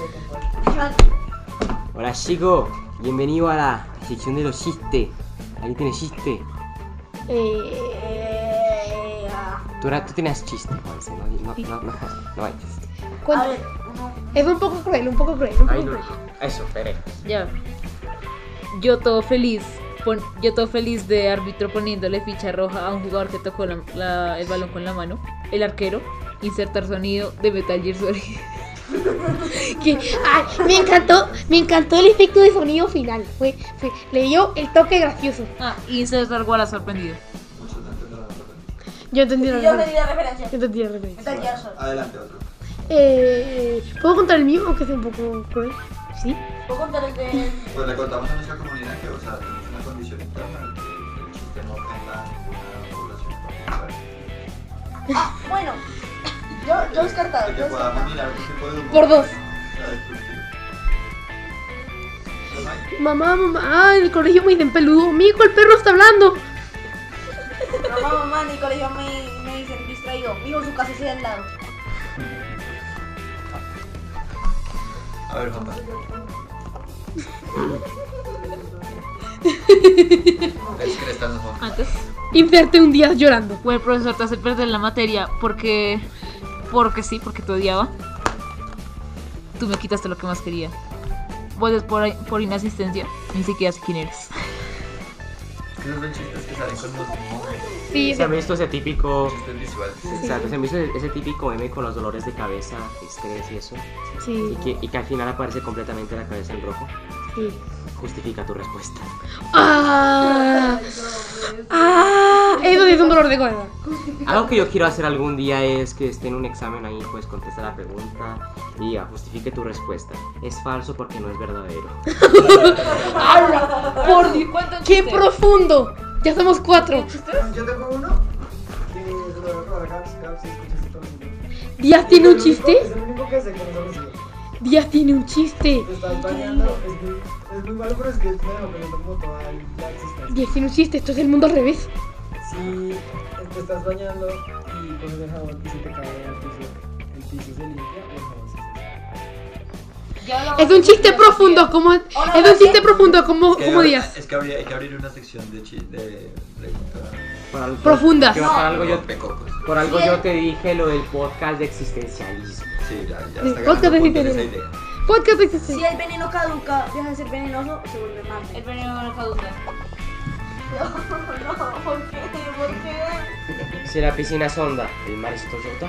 [SPEAKER 6] Hola chicos, bienvenido a la sección de los chistes. Aquí tienes chiste.
[SPEAKER 2] Eh, ah.
[SPEAKER 6] Tú, ahora- tú tienes chiste, Juanse, no, no, no, no, no hay chiste.
[SPEAKER 2] Cuenta.
[SPEAKER 8] A ver, uno.
[SPEAKER 2] Es un poco cruel, un poco cruel, un poco
[SPEAKER 6] Ay, no,
[SPEAKER 2] cruel.
[SPEAKER 6] eso, espere.
[SPEAKER 7] Ya. Yo todo feliz. pon- yo todo feliz de árbitro poniéndole ficha roja a un jugador que tocó la- la- el balón con la mano. El arquero. Insertar sonido de Metal Gear Solid.
[SPEAKER 2] Que- ay, me encantó, me encantó el efecto de sonido final. Fue, fue- le dio el toque gracioso.
[SPEAKER 7] [laughs] Ah, insertar Wallace sorprendido.
[SPEAKER 2] Yo entendí la
[SPEAKER 8] Yo me di
[SPEAKER 2] referencia.
[SPEAKER 8] la referencia.
[SPEAKER 2] Yo entendí la referencia.
[SPEAKER 8] Metal Gear Solid.
[SPEAKER 4] Adelante, otro.
[SPEAKER 2] Eh, ¿Puedo contar el mío? Aunque sea un poco cruel. Sí.
[SPEAKER 8] ¿Puedo contar el de.?
[SPEAKER 4] Pues le contamos a nuestra comunidad que, o sea, tenemos una condición interna que el chiste no ofenda a ninguna población particular.
[SPEAKER 8] Ah, bueno. Yo, yo descartado.
[SPEAKER 4] De
[SPEAKER 8] Yo
[SPEAKER 4] que
[SPEAKER 8] descartado.
[SPEAKER 4] podamos mirar un tipo de humor.
[SPEAKER 2] Por dos.
[SPEAKER 4] sea, destructivo. Pues ahí.
[SPEAKER 2] Mamá, mamá, en el colegio me dicen peludo. Mico, el perro está hablando.
[SPEAKER 8] Mamá, mamá, en el colegio me, me dicen distraído. Mijo, su casa está al lado.
[SPEAKER 4] A ver,
[SPEAKER 6] [laughs]
[SPEAKER 4] Juanpa. es que le están los mocos.
[SPEAKER 7] Antes.
[SPEAKER 2] Inserte un día llorando.
[SPEAKER 7] O el profesor te hace perder la materia porque. Porque sí, porque te odiaba. Tú me quitaste lo que más quería. Vuelves por, por inasistencia. Ni siquiera sé quién eres.
[SPEAKER 4] Es que esos son chistes que salen con los mocos,
[SPEAKER 2] Sí,
[SPEAKER 6] ¿Se han visto ese típico,
[SPEAKER 4] chistes visuales.
[SPEAKER 6] exacto, se han visto pues, ese típico meme con los dolores de cabeza, estrés y eso? Y
[SPEAKER 2] sí,
[SPEAKER 6] que, y que al final aparece completamente la cabeza en rojo.
[SPEAKER 2] sí.
[SPEAKER 6] Justifica tu respuesta.
[SPEAKER 2] Ah, ah, eso sí es un dolor de cabeza.
[SPEAKER 6] Algo que yo quiero hacer algún día es que esté en un examen ahí, pues contesta la pregunta y diga, justifique tu respuesta. Es falso porque no es verdadero.
[SPEAKER 2] ¡Hala! ¡Por Dios!
[SPEAKER 7] Cuenta un
[SPEAKER 2] ¡Qué
[SPEAKER 7] chiste.
[SPEAKER 2] profundo! Ya somos cuatro.
[SPEAKER 3] ah, Yo tengo uno que se lo voy a robar a Gaps. Gaps, si escuchas esto, lo siento.
[SPEAKER 2] ¿Díaz
[SPEAKER 3] Es
[SPEAKER 2] tiene
[SPEAKER 3] el
[SPEAKER 2] un
[SPEAKER 3] único-
[SPEAKER 2] chiste?
[SPEAKER 3] Es el único que sé que no sabe si
[SPEAKER 2] Díaz tiene un chiste.
[SPEAKER 3] lo estás bañando. Es muy, es muy malo, pero es que me lo pregunto como toda la existencia.
[SPEAKER 2] Díaz tiene un chiste. Esto es el mundo al revés.
[SPEAKER 3] Si te estás bañando y pones el jabón y se te cae al piso, el piso se limpia o el jabón se seca.
[SPEAKER 7] Ya hablamos
[SPEAKER 2] Es un
[SPEAKER 7] de
[SPEAKER 2] chiste
[SPEAKER 7] filosofía.
[SPEAKER 2] profundo como... Es un chiste profundo como,
[SPEAKER 4] Es que
[SPEAKER 2] como
[SPEAKER 4] hay-
[SPEAKER 2] Díaz.
[SPEAKER 4] Es que habría- hay que abrir una sección de chistes. De, preguntas.
[SPEAKER 6] Por algo,
[SPEAKER 2] Profundas.
[SPEAKER 6] Yo- por Ah, algo yo,
[SPEAKER 4] Pecocos.
[SPEAKER 6] por algo yo te dije lo del podcast de existencialismo.
[SPEAKER 4] Sí, ya, ya
[SPEAKER 2] Sí,
[SPEAKER 4] está
[SPEAKER 2] podcast de
[SPEAKER 4] ganando puntos esa
[SPEAKER 2] Citerina.
[SPEAKER 4] idea.
[SPEAKER 2] Podcast existe.
[SPEAKER 8] Si el veneno caduca, deja de ser venenoso, se vuelve malo.
[SPEAKER 7] El veneno no caduca.
[SPEAKER 8] No, [laughs] no, ¿por qué? ¿Por qué?
[SPEAKER 6] Si la piscina es honda, el mar es Toyota.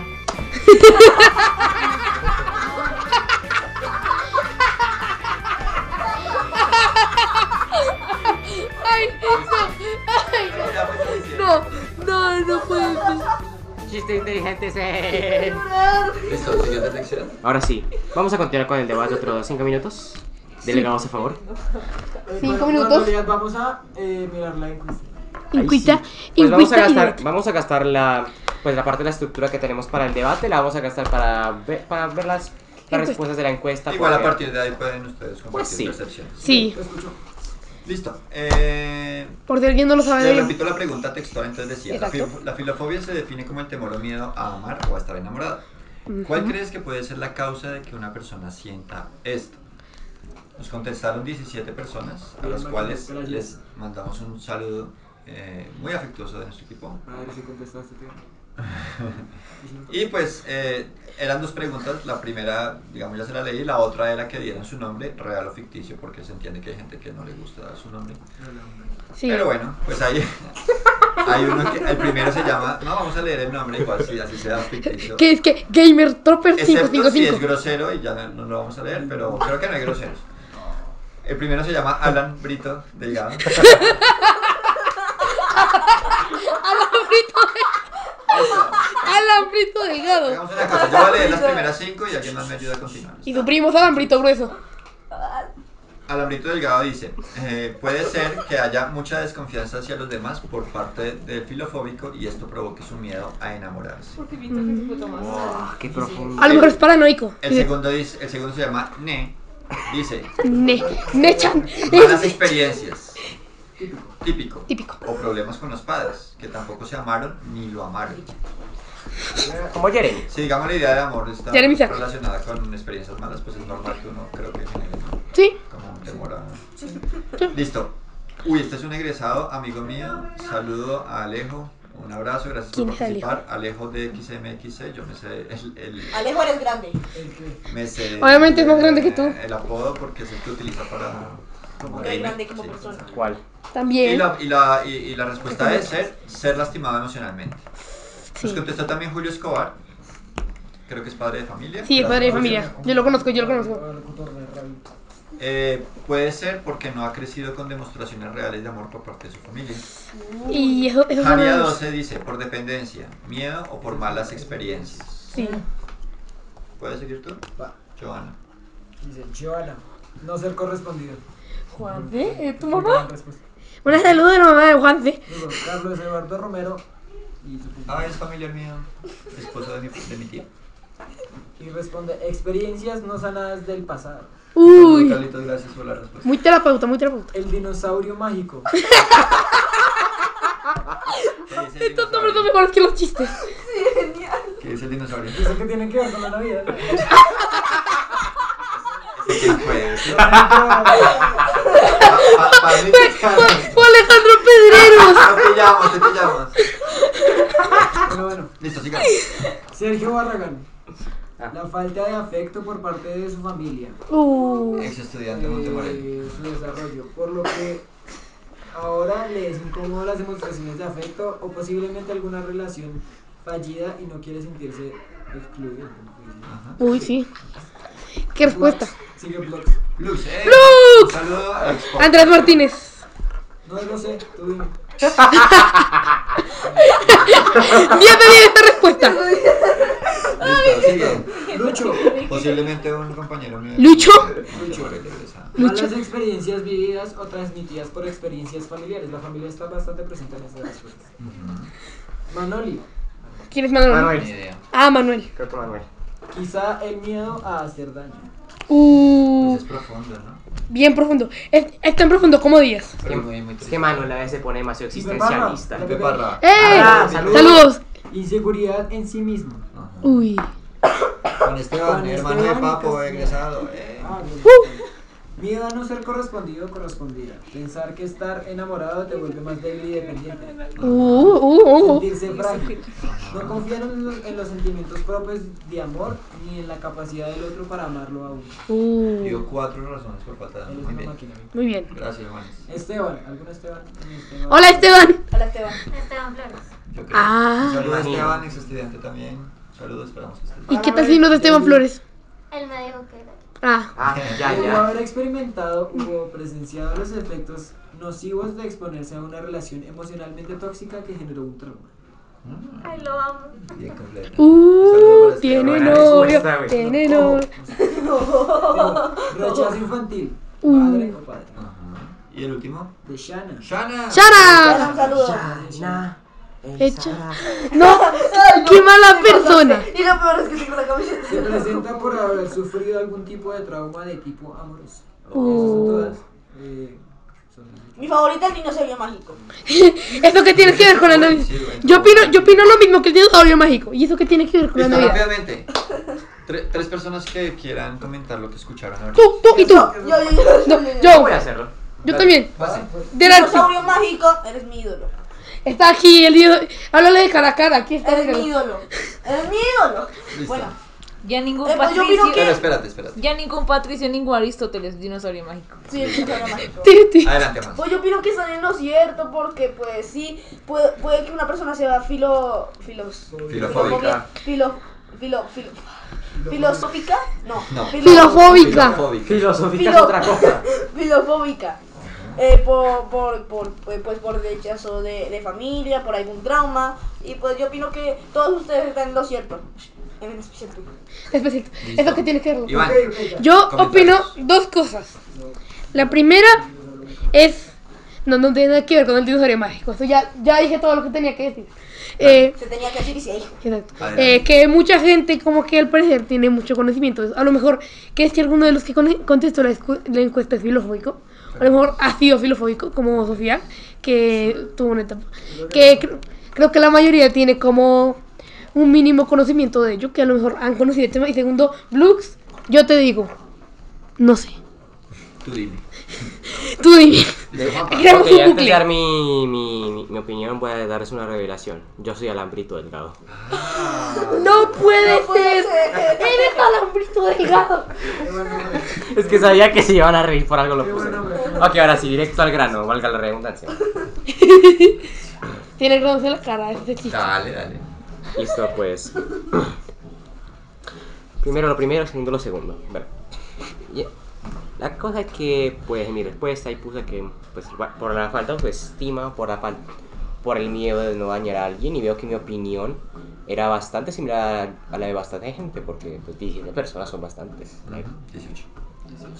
[SPEAKER 2] No, no, no puede ser.
[SPEAKER 6] Chiste inteligente ese.
[SPEAKER 4] Listo, siguiente sección.
[SPEAKER 6] [laughs] Ahora sí, vamos a continuar con el debate otros 5 minutos. Delegados a favor.
[SPEAKER 3] Eh,
[SPEAKER 2] Cinco
[SPEAKER 3] bueno,
[SPEAKER 2] minutos.
[SPEAKER 3] En realidad vamos a eh, mirar la encuesta.
[SPEAKER 6] Ahí
[SPEAKER 2] Inquita,
[SPEAKER 6] sí. Pues vamos a
[SPEAKER 2] inquita y
[SPEAKER 6] gastar,
[SPEAKER 2] debate.
[SPEAKER 6] vamos a gastar la, pues la parte de la estructura que tenemos para el debate, la vamos a gastar para ver, para ver las,
[SPEAKER 2] Encuesta.
[SPEAKER 6] las respuestas de la encuesta.
[SPEAKER 4] Igual a
[SPEAKER 6] porque-
[SPEAKER 4] partir de ahí pueden ustedes compartir
[SPEAKER 6] Pues sí.
[SPEAKER 4] percepciones.
[SPEAKER 2] Sí,
[SPEAKER 4] Listo. Eh,
[SPEAKER 2] por si alguien no lo sabe.
[SPEAKER 4] Le
[SPEAKER 2] de-
[SPEAKER 4] repito la pregunta textual, entonces decía, la,
[SPEAKER 2] Exacto.
[SPEAKER 4] filo- la filofobia se define como el temor o miedo a amar o a estar enamorada. ¿Cuál crees que puede ser la causa de que una persona sienta esto? Nos contestaron 17 personas, a
[SPEAKER 3] Bien,
[SPEAKER 4] las
[SPEAKER 3] Max,
[SPEAKER 4] cuales
[SPEAKER 3] gracias.
[SPEAKER 4] les mandamos un saludo eh, muy afectuoso de nuestro equipo.
[SPEAKER 6] Madre, si contestaste, tío.
[SPEAKER 4] [laughs] Y pues eh, eran dos preguntas, la primera, digamos, ya se la leí, la otra era que dieran su nombre, real o ficticio, porque se entiende que hay gente que no le gusta dar su nombre.
[SPEAKER 2] Sí.
[SPEAKER 4] Pero bueno, pues ahí [laughs] hay uno que, el primero se llama, no, vamos a leer el nombre igual, si así sea ficticio.
[SPEAKER 2] Que es que Gamer Tropper
[SPEAKER 4] Excepto si es
[SPEAKER 2] 555.
[SPEAKER 4] grosero y ya no, no lo vamos a leer, pero creo que no hay groseros. El primero se llama Alan Brito Delgado. [laughs]
[SPEAKER 2] Alambrito, alambrito delgado.
[SPEAKER 4] Hagamos una cosa, yo voy a leer las primeras cinco y alguien más me ayuda a continuar.
[SPEAKER 2] Y tu primo es alambrito grueso.
[SPEAKER 4] Alambrito Delgado dice, eh, puede ser que haya mucha desconfianza hacia los demás por parte del filofóbico y esto provoque su miedo a enamorarse.
[SPEAKER 7] Porque Víctor es un puto más.
[SPEAKER 6] qué profundo.
[SPEAKER 2] A lo mejor es paranoico.
[SPEAKER 4] El segundo, dice, el segundo se llama Ne,
[SPEAKER 2] [laughs]
[SPEAKER 4] dice,
[SPEAKER 2] Ne, nechan.
[SPEAKER 4] malas experiencias. Típico.
[SPEAKER 2] Típico.
[SPEAKER 4] O problemas con los padres, que tampoco se amaron ni lo amaron.
[SPEAKER 6] Como Jeremy.
[SPEAKER 4] Si digamos la idea de amor está pues,
[SPEAKER 2] Jeremy Sack.
[SPEAKER 4] relacionada con experiencias malas, pues es normal que uno creo que genere
[SPEAKER 2] Sí,
[SPEAKER 4] como un temor a... Listo. Uy, este es un egresado, amigo mío. Saludo a Alejo. Un abrazo, gracias por
[SPEAKER 2] ¿Quién es Alejo?
[SPEAKER 4] participar. Alejo de XMXC, yo me sé el, el-
[SPEAKER 8] Alejo eres grande.
[SPEAKER 4] me sé
[SPEAKER 2] Obviamente es más grande que tú.
[SPEAKER 4] El apodo porque es el que utiliza para como
[SPEAKER 8] Eres
[SPEAKER 4] gamer.
[SPEAKER 8] grande como
[SPEAKER 4] Sí.
[SPEAKER 8] persona.
[SPEAKER 6] ¿Cuál?
[SPEAKER 4] Y
[SPEAKER 2] también.
[SPEAKER 4] la, y, la, y, y la respuesta es ser, ser lastimado emocionalmente. Nos
[SPEAKER 2] Sí,
[SPEAKER 4] contestó también Julio Escobar. Creo que es padre de familia.
[SPEAKER 2] sí, es padre de
[SPEAKER 4] Gracias,
[SPEAKER 2] familia. Yo lo conozco, yo lo conozco.
[SPEAKER 4] Julio. Eh, puede ser porque no ha crecido con demostraciones reales de amor por parte de su familia.
[SPEAKER 2] Y eso, eso son
[SPEAKER 4] Jania
[SPEAKER 2] los-
[SPEAKER 4] 12 dice, por dependencia, miedo o por malas experiencias.
[SPEAKER 2] Sí.
[SPEAKER 4] ¿Puedes seguir tú?
[SPEAKER 3] Va.
[SPEAKER 4] Joana.
[SPEAKER 3] Dice, Joana, no ser correspondido.
[SPEAKER 2] Juan de, ¿tu
[SPEAKER 3] Muy
[SPEAKER 2] mamá?
[SPEAKER 3] gran respuesta.
[SPEAKER 2] Un saludo de la mamá de Juan de.
[SPEAKER 3] Luego, Carlos Eduardo Romero y su punto.
[SPEAKER 4] Ah, es familiar mío. Esposo de mi, de mi tía.
[SPEAKER 3] Y responde, experiencias no sanadas del pasado.
[SPEAKER 2] Uy,
[SPEAKER 4] Carlitos, gracias por la respuesta.
[SPEAKER 2] muy terapeuta, muy terapeuta.
[SPEAKER 3] El dinosaurio mágico.
[SPEAKER 4] ¿Qué dice el
[SPEAKER 2] Estos nombres son
[SPEAKER 4] dinosaurio?
[SPEAKER 2] mejores que los chistes.
[SPEAKER 4] ¿Qué dice el dinosaurio?
[SPEAKER 3] Eso que tienen que ver con la Navidad.
[SPEAKER 2] [laughs]
[SPEAKER 4] ¿Quién puede?
[SPEAKER 3] Yo,
[SPEAKER 4] Pa- pa- Pablito y
[SPEAKER 2] Fue,
[SPEAKER 4] Carlos.
[SPEAKER 2] fue Alejandro
[SPEAKER 4] [laughs]
[SPEAKER 2] Pedreros.
[SPEAKER 4] Te pillamos, te pillamos.
[SPEAKER 3] Pero bueno,
[SPEAKER 4] Listo, siga.
[SPEAKER 3] Sergio Barragán.
[SPEAKER 6] Ah.
[SPEAKER 3] La falta de afecto por parte de su familia.
[SPEAKER 2] Uh,
[SPEAKER 4] Ex estudiante Montemorel.
[SPEAKER 3] Eh, su desarrollo. Por lo que ahora le es incómodo las demostraciones de afecto o posiblemente alguna relación fallida y no quiere sentirse excluido.
[SPEAKER 2] uy, sí. Qué respuesta.
[SPEAKER 3] Sigue Blox.
[SPEAKER 4] Luz, eh.
[SPEAKER 2] Lux.
[SPEAKER 4] Un saludo a Expo.
[SPEAKER 2] Andrés Martínez.
[SPEAKER 3] No lo sé, tú dime.
[SPEAKER 2] 10 de 10 esta respuesta.
[SPEAKER 4] Listo, sigue.
[SPEAKER 3] Lucho,
[SPEAKER 4] Posiblemente un compañero mío.
[SPEAKER 2] ¿Lucho?
[SPEAKER 4] Lucho. egresado.
[SPEAKER 3] malas experiencias vividas o transmitidas por experiencias familiares. La familia está bastante presente en estas respuestas. Manoli,
[SPEAKER 2] ¿Quién es Manuel?
[SPEAKER 4] Ni idea.
[SPEAKER 2] Ah, Manuel.
[SPEAKER 6] Creo que Manuel.
[SPEAKER 3] quizá el miedo a hacer daño.
[SPEAKER 2] Uh,
[SPEAKER 4] Pues es profundo, ¿no?
[SPEAKER 2] bien profundo. Es, es tan profundo como días.
[SPEAKER 4] Pero muy, muy
[SPEAKER 6] Es
[SPEAKER 4] triste.
[SPEAKER 6] que Manuel a veces se pone demasiado
[SPEAKER 3] Pipe Parra,
[SPEAKER 6] existencialista.
[SPEAKER 3] Pipe
[SPEAKER 4] Pepe
[SPEAKER 3] Parra.
[SPEAKER 4] Parra.
[SPEAKER 2] ¡Eh!
[SPEAKER 6] Ah,
[SPEAKER 2] Saludos.
[SPEAKER 3] Inseguridad en sí mismo.
[SPEAKER 4] Ajá.
[SPEAKER 2] Uy.
[SPEAKER 4] Con Esteban,
[SPEAKER 3] Con
[SPEAKER 4] hermano de
[SPEAKER 3] Esteban y
[SPEAKER 4] Papo,
[SPEAKER 3] Castillo.
[SPEAKER 4] egresado. eh.
[SPEAKER 3] Ah, bien.
[SPEAKER 2] Uh.
[SPEAKER 3] Miedo a no ser correspondido o correspondida. Pensar que estar enamorado te vuelve más débil y dependiente.
[SPEAKER 2] Uh, uh, uh, uh.
[SPEAKER 3] Sentirse frágil. No confiar en los, en los sentimientos propios de amor ni en la capacidad del otro para amarlo a uno.
[SPEAKER 2] Uh.
[SPEAKER 4] Dio cuatro razones por falta de
[SPEAKER 3] Él
[SPEAKER 4] amor.
[SPEAKER 3] es
[SPEAKER 4] Muy
[SPEAKER 3] una
[SPEAKER 4] bien.
[SPEAKER 3] máquina.
[SPEAKER 2] Muy bien.
[SPEAKER 4] Gracias, hermanos.
[SPEAKER 3] Esteban, ¿algún Esteban? Ni Esteban.
[SPEAKER 2] Hola, Esteban.
[SPEAKER 8] Hola, Esteban.
[SPEAKER 5] Esteban Flores.
[SPEAKER 4] Yo creo.
[SPEAKER 2] Ah.
[SPEAKER 4] Un saludo a
[SPEAKER 6] Imagino.
[SPEAKER 4] Esteban, ex estudiante también. Saludos, esperamos que estés bien.
[SPEAKER 2] ¿Y qué tal si no es Esteban Flores?
[SPEAKER 5] Él me dijo que era.
[SPEAKER 2] Ah.
[SPEAKER 6] Ah, ya,
[SPEAKER 3] Luego
[SPEAKER 6] ya.
[SPEAKER 3] haber experimentado o presenciado los efectos nocivos de exponerse a una relación emocionalmente tóxica que generó un trauma. Mm.
[SPEAKER 5] Ay, lo amo.
[SPEAKER 4] Bien completo.
[SPEAKER 2] Uh, tiene
[SPEAKER 6] Buena
[SPEAKER 2] novio.
[SPEAKER 6] respuesta, güey.
[SPEAKER 2] Tiene novio.
[SPEAKER 3] Luego, Rechazo infantil.
[SPEAKER 2] Uh.
[SPEAKER 3] Madre o padre.
[SPEAKER 4] Ajá. ¿Y el último?
[SPEAKER 3] De Shanna.
[SPEAKER 4] ¡Shana!
[SPEAKER 8] Hola,
[SPEAKER 2] ¡Shara!
[SPEAKER 8] un saludo.
[SPEAKER 6] Ana.
[SPEAKER 2] Hecha. No, qué mala persona.
[SPEAKER 8] Y lo peor es que tengo la camiseta.
[SPEAKER 3] Se presenta por haber sufrido algún tipo de trauma de tipo amoroso.
[SPEAKER 2] Uh.
[SPEAKER 3] Esas son todas. Eh, son-
[SPEAKER 8] Mi favorita es el dinosaurio mágico.
[SPEAKER 2] ¿Eso qué tiene que ver con la Navidad? Yo opino, yo opino lo mismo que el dinosaurio mágico. ¿Y eso qué tiene que ver con la
[SPEAKER 4] Listo,
[SPEAKER 2] Navidad?
[SPEAKER 4] rápidamente. Tre- tres personas que quieran comentar lo que escucharon ahora.
[SPEAKER 1] Tú, tú y tú.
[SPEAKER 8] Yo, yo, yo,
[SPEAKER 1] No,
[SPEAKER 8] yo,
[SPEAKER 1] yo,
[SPEAKER 6] voy a hacerlo.
[SPEAKER 1] yo también.
[SPEAKER 4] Fácil.
[SPEAKER 3] pues,
[SPEAKER 1] Delante.
[SPEAKER 8] Dinosaurio mágico, eres mi ídolo.
[SPEAKER 1] Está aquí el ídolo. Háblale de cara a cara. Aquí está el
[SPEAKER 8] Eres mi
[SPEAKER 1] ídolo.
[SPEAKER 8] ídolo. Eres mi ídolo.
[SPEAKER 4] Listo.
[SPEAKER 8] Bueno,
[SPEAKER 7] Ya ningún
[SPEAKER 8] Eh, pues yo
[SPEAKER 7] Patricio.
[SPEAKER 8] opino
[SPEAKER 4] Pero espérate, espérate.
[SPEAKER 7] Ya ningún Patricio, ningún Aristóteles, dinosaurio mágico.
[SPEAKER 8] sí, el dinosaurio mágico.
[SPEAKER 1] Ti, ti.
[SPEAKER 4] Adelante, más.
[SPEAKER 8] Pues yo opino que están en lo cierto porque pues sí, puede, puede que una persona sea filo, filos,
[SPEAKER 4] Filofóbica.
[SPEAKER 8] Filo, filo, filo, filosófica, no,
[SPEAKER 4] No.
[SPEAKER 8] filo-
[SPEAKER 1] Filofóbica.
[SPEAKER 4] Filofóbica.
[SPEAKER 6] Filosófica es
[SPEAKER 8] Filo-
[SPEAKER 6] otra cosa.
[SPEAKER 8] filofóbica. Eh, por, por, por, eh, pues por rechazo de, de familia, por algún trauma. Y pues yo opino que todos ustedes están en lo cierto. En especial tú.
[SPEAKER 1] Es perfecto.
[SPEAKER 4] Listo.
[SPEAKER 1] Es lo que tienes que verlo.
[SPEAKER 4] Iván.
[SPEAKER 1] Yo opino
[SPEAKER 4] Comentarios.
[SPEAKER 1] dos cosas. La primera es. No, no tiene nada que ver con el dinosaurio mágico. Eso ya, ya dije todo lo que tenía que decir. Eh,
[SPEAKER 8] Se tenía que decir y se dijo.
[SPEAKER 1] Exacto.
[SPEAKER 4] Adelante.
[SPEAKER 1] Eh, que mucha gente, como que al parecer, tiene mucho conocimiento. A lo mejor, que es que alguno de los que con- contestó la, escu- la encuesta es filofóbico. A lo mejor ha sido filofóbico, como Sofía, que tuvo una etapa. Que cre- creo que la mayoría tiene como un mínimo conocimiento de ello, que a lo mejor han conocido el tema. Y segundo, Blux, yo te digo, no sé.
[SPEAKER 4] Tú
[SPEAKER 2] [laughs]
[SPEAKER 4] dime.
[SPEAKER 1] Tú dime.
[SPEAKER 4] Listo, Juanpa.
[SPEAKER 1] Creamos
[SPEAKER 6] Ok,
[SPEAKER 1] un
[SPEAKER 6] antes de
[SPEAKER 1] bucle.
[SPEAKER 6] dar mi, mi, mi, mi opinión, voy a darles una revelación. Yo soy alambrito delgado.
[SPEAKER 1] No puede
[SPEAKER 8] puede
[SPEAKER 1] ser.
[SPEAKER 8] [laughs]
[SPEAKER 1] Eres alambrito delgado.
[SPEAKER 6] Es que sabía que se iban a reír por algo lo puse. Ok, ahora sí, directo al grano, valga la redundancia.
[SPEAKER 1] Tiene grados en la cara este chiste.
[SPEAKER 4] Dale, dale.
[SPEAKER 6] Listo, pues. Primero lo primero, segundo lo segundo. Bueno. Y- La cosa es que, pues, en mi respuesta y puse que, pues, va- por la falta de autoestima, por la falta, por el miedo de no dañar a alguien, y veo que mi opinión era bastante similar a- a la de bastante gente, porque, pues, 17 personas son bastantes. ¿no?
[SPEAKER 4] 18.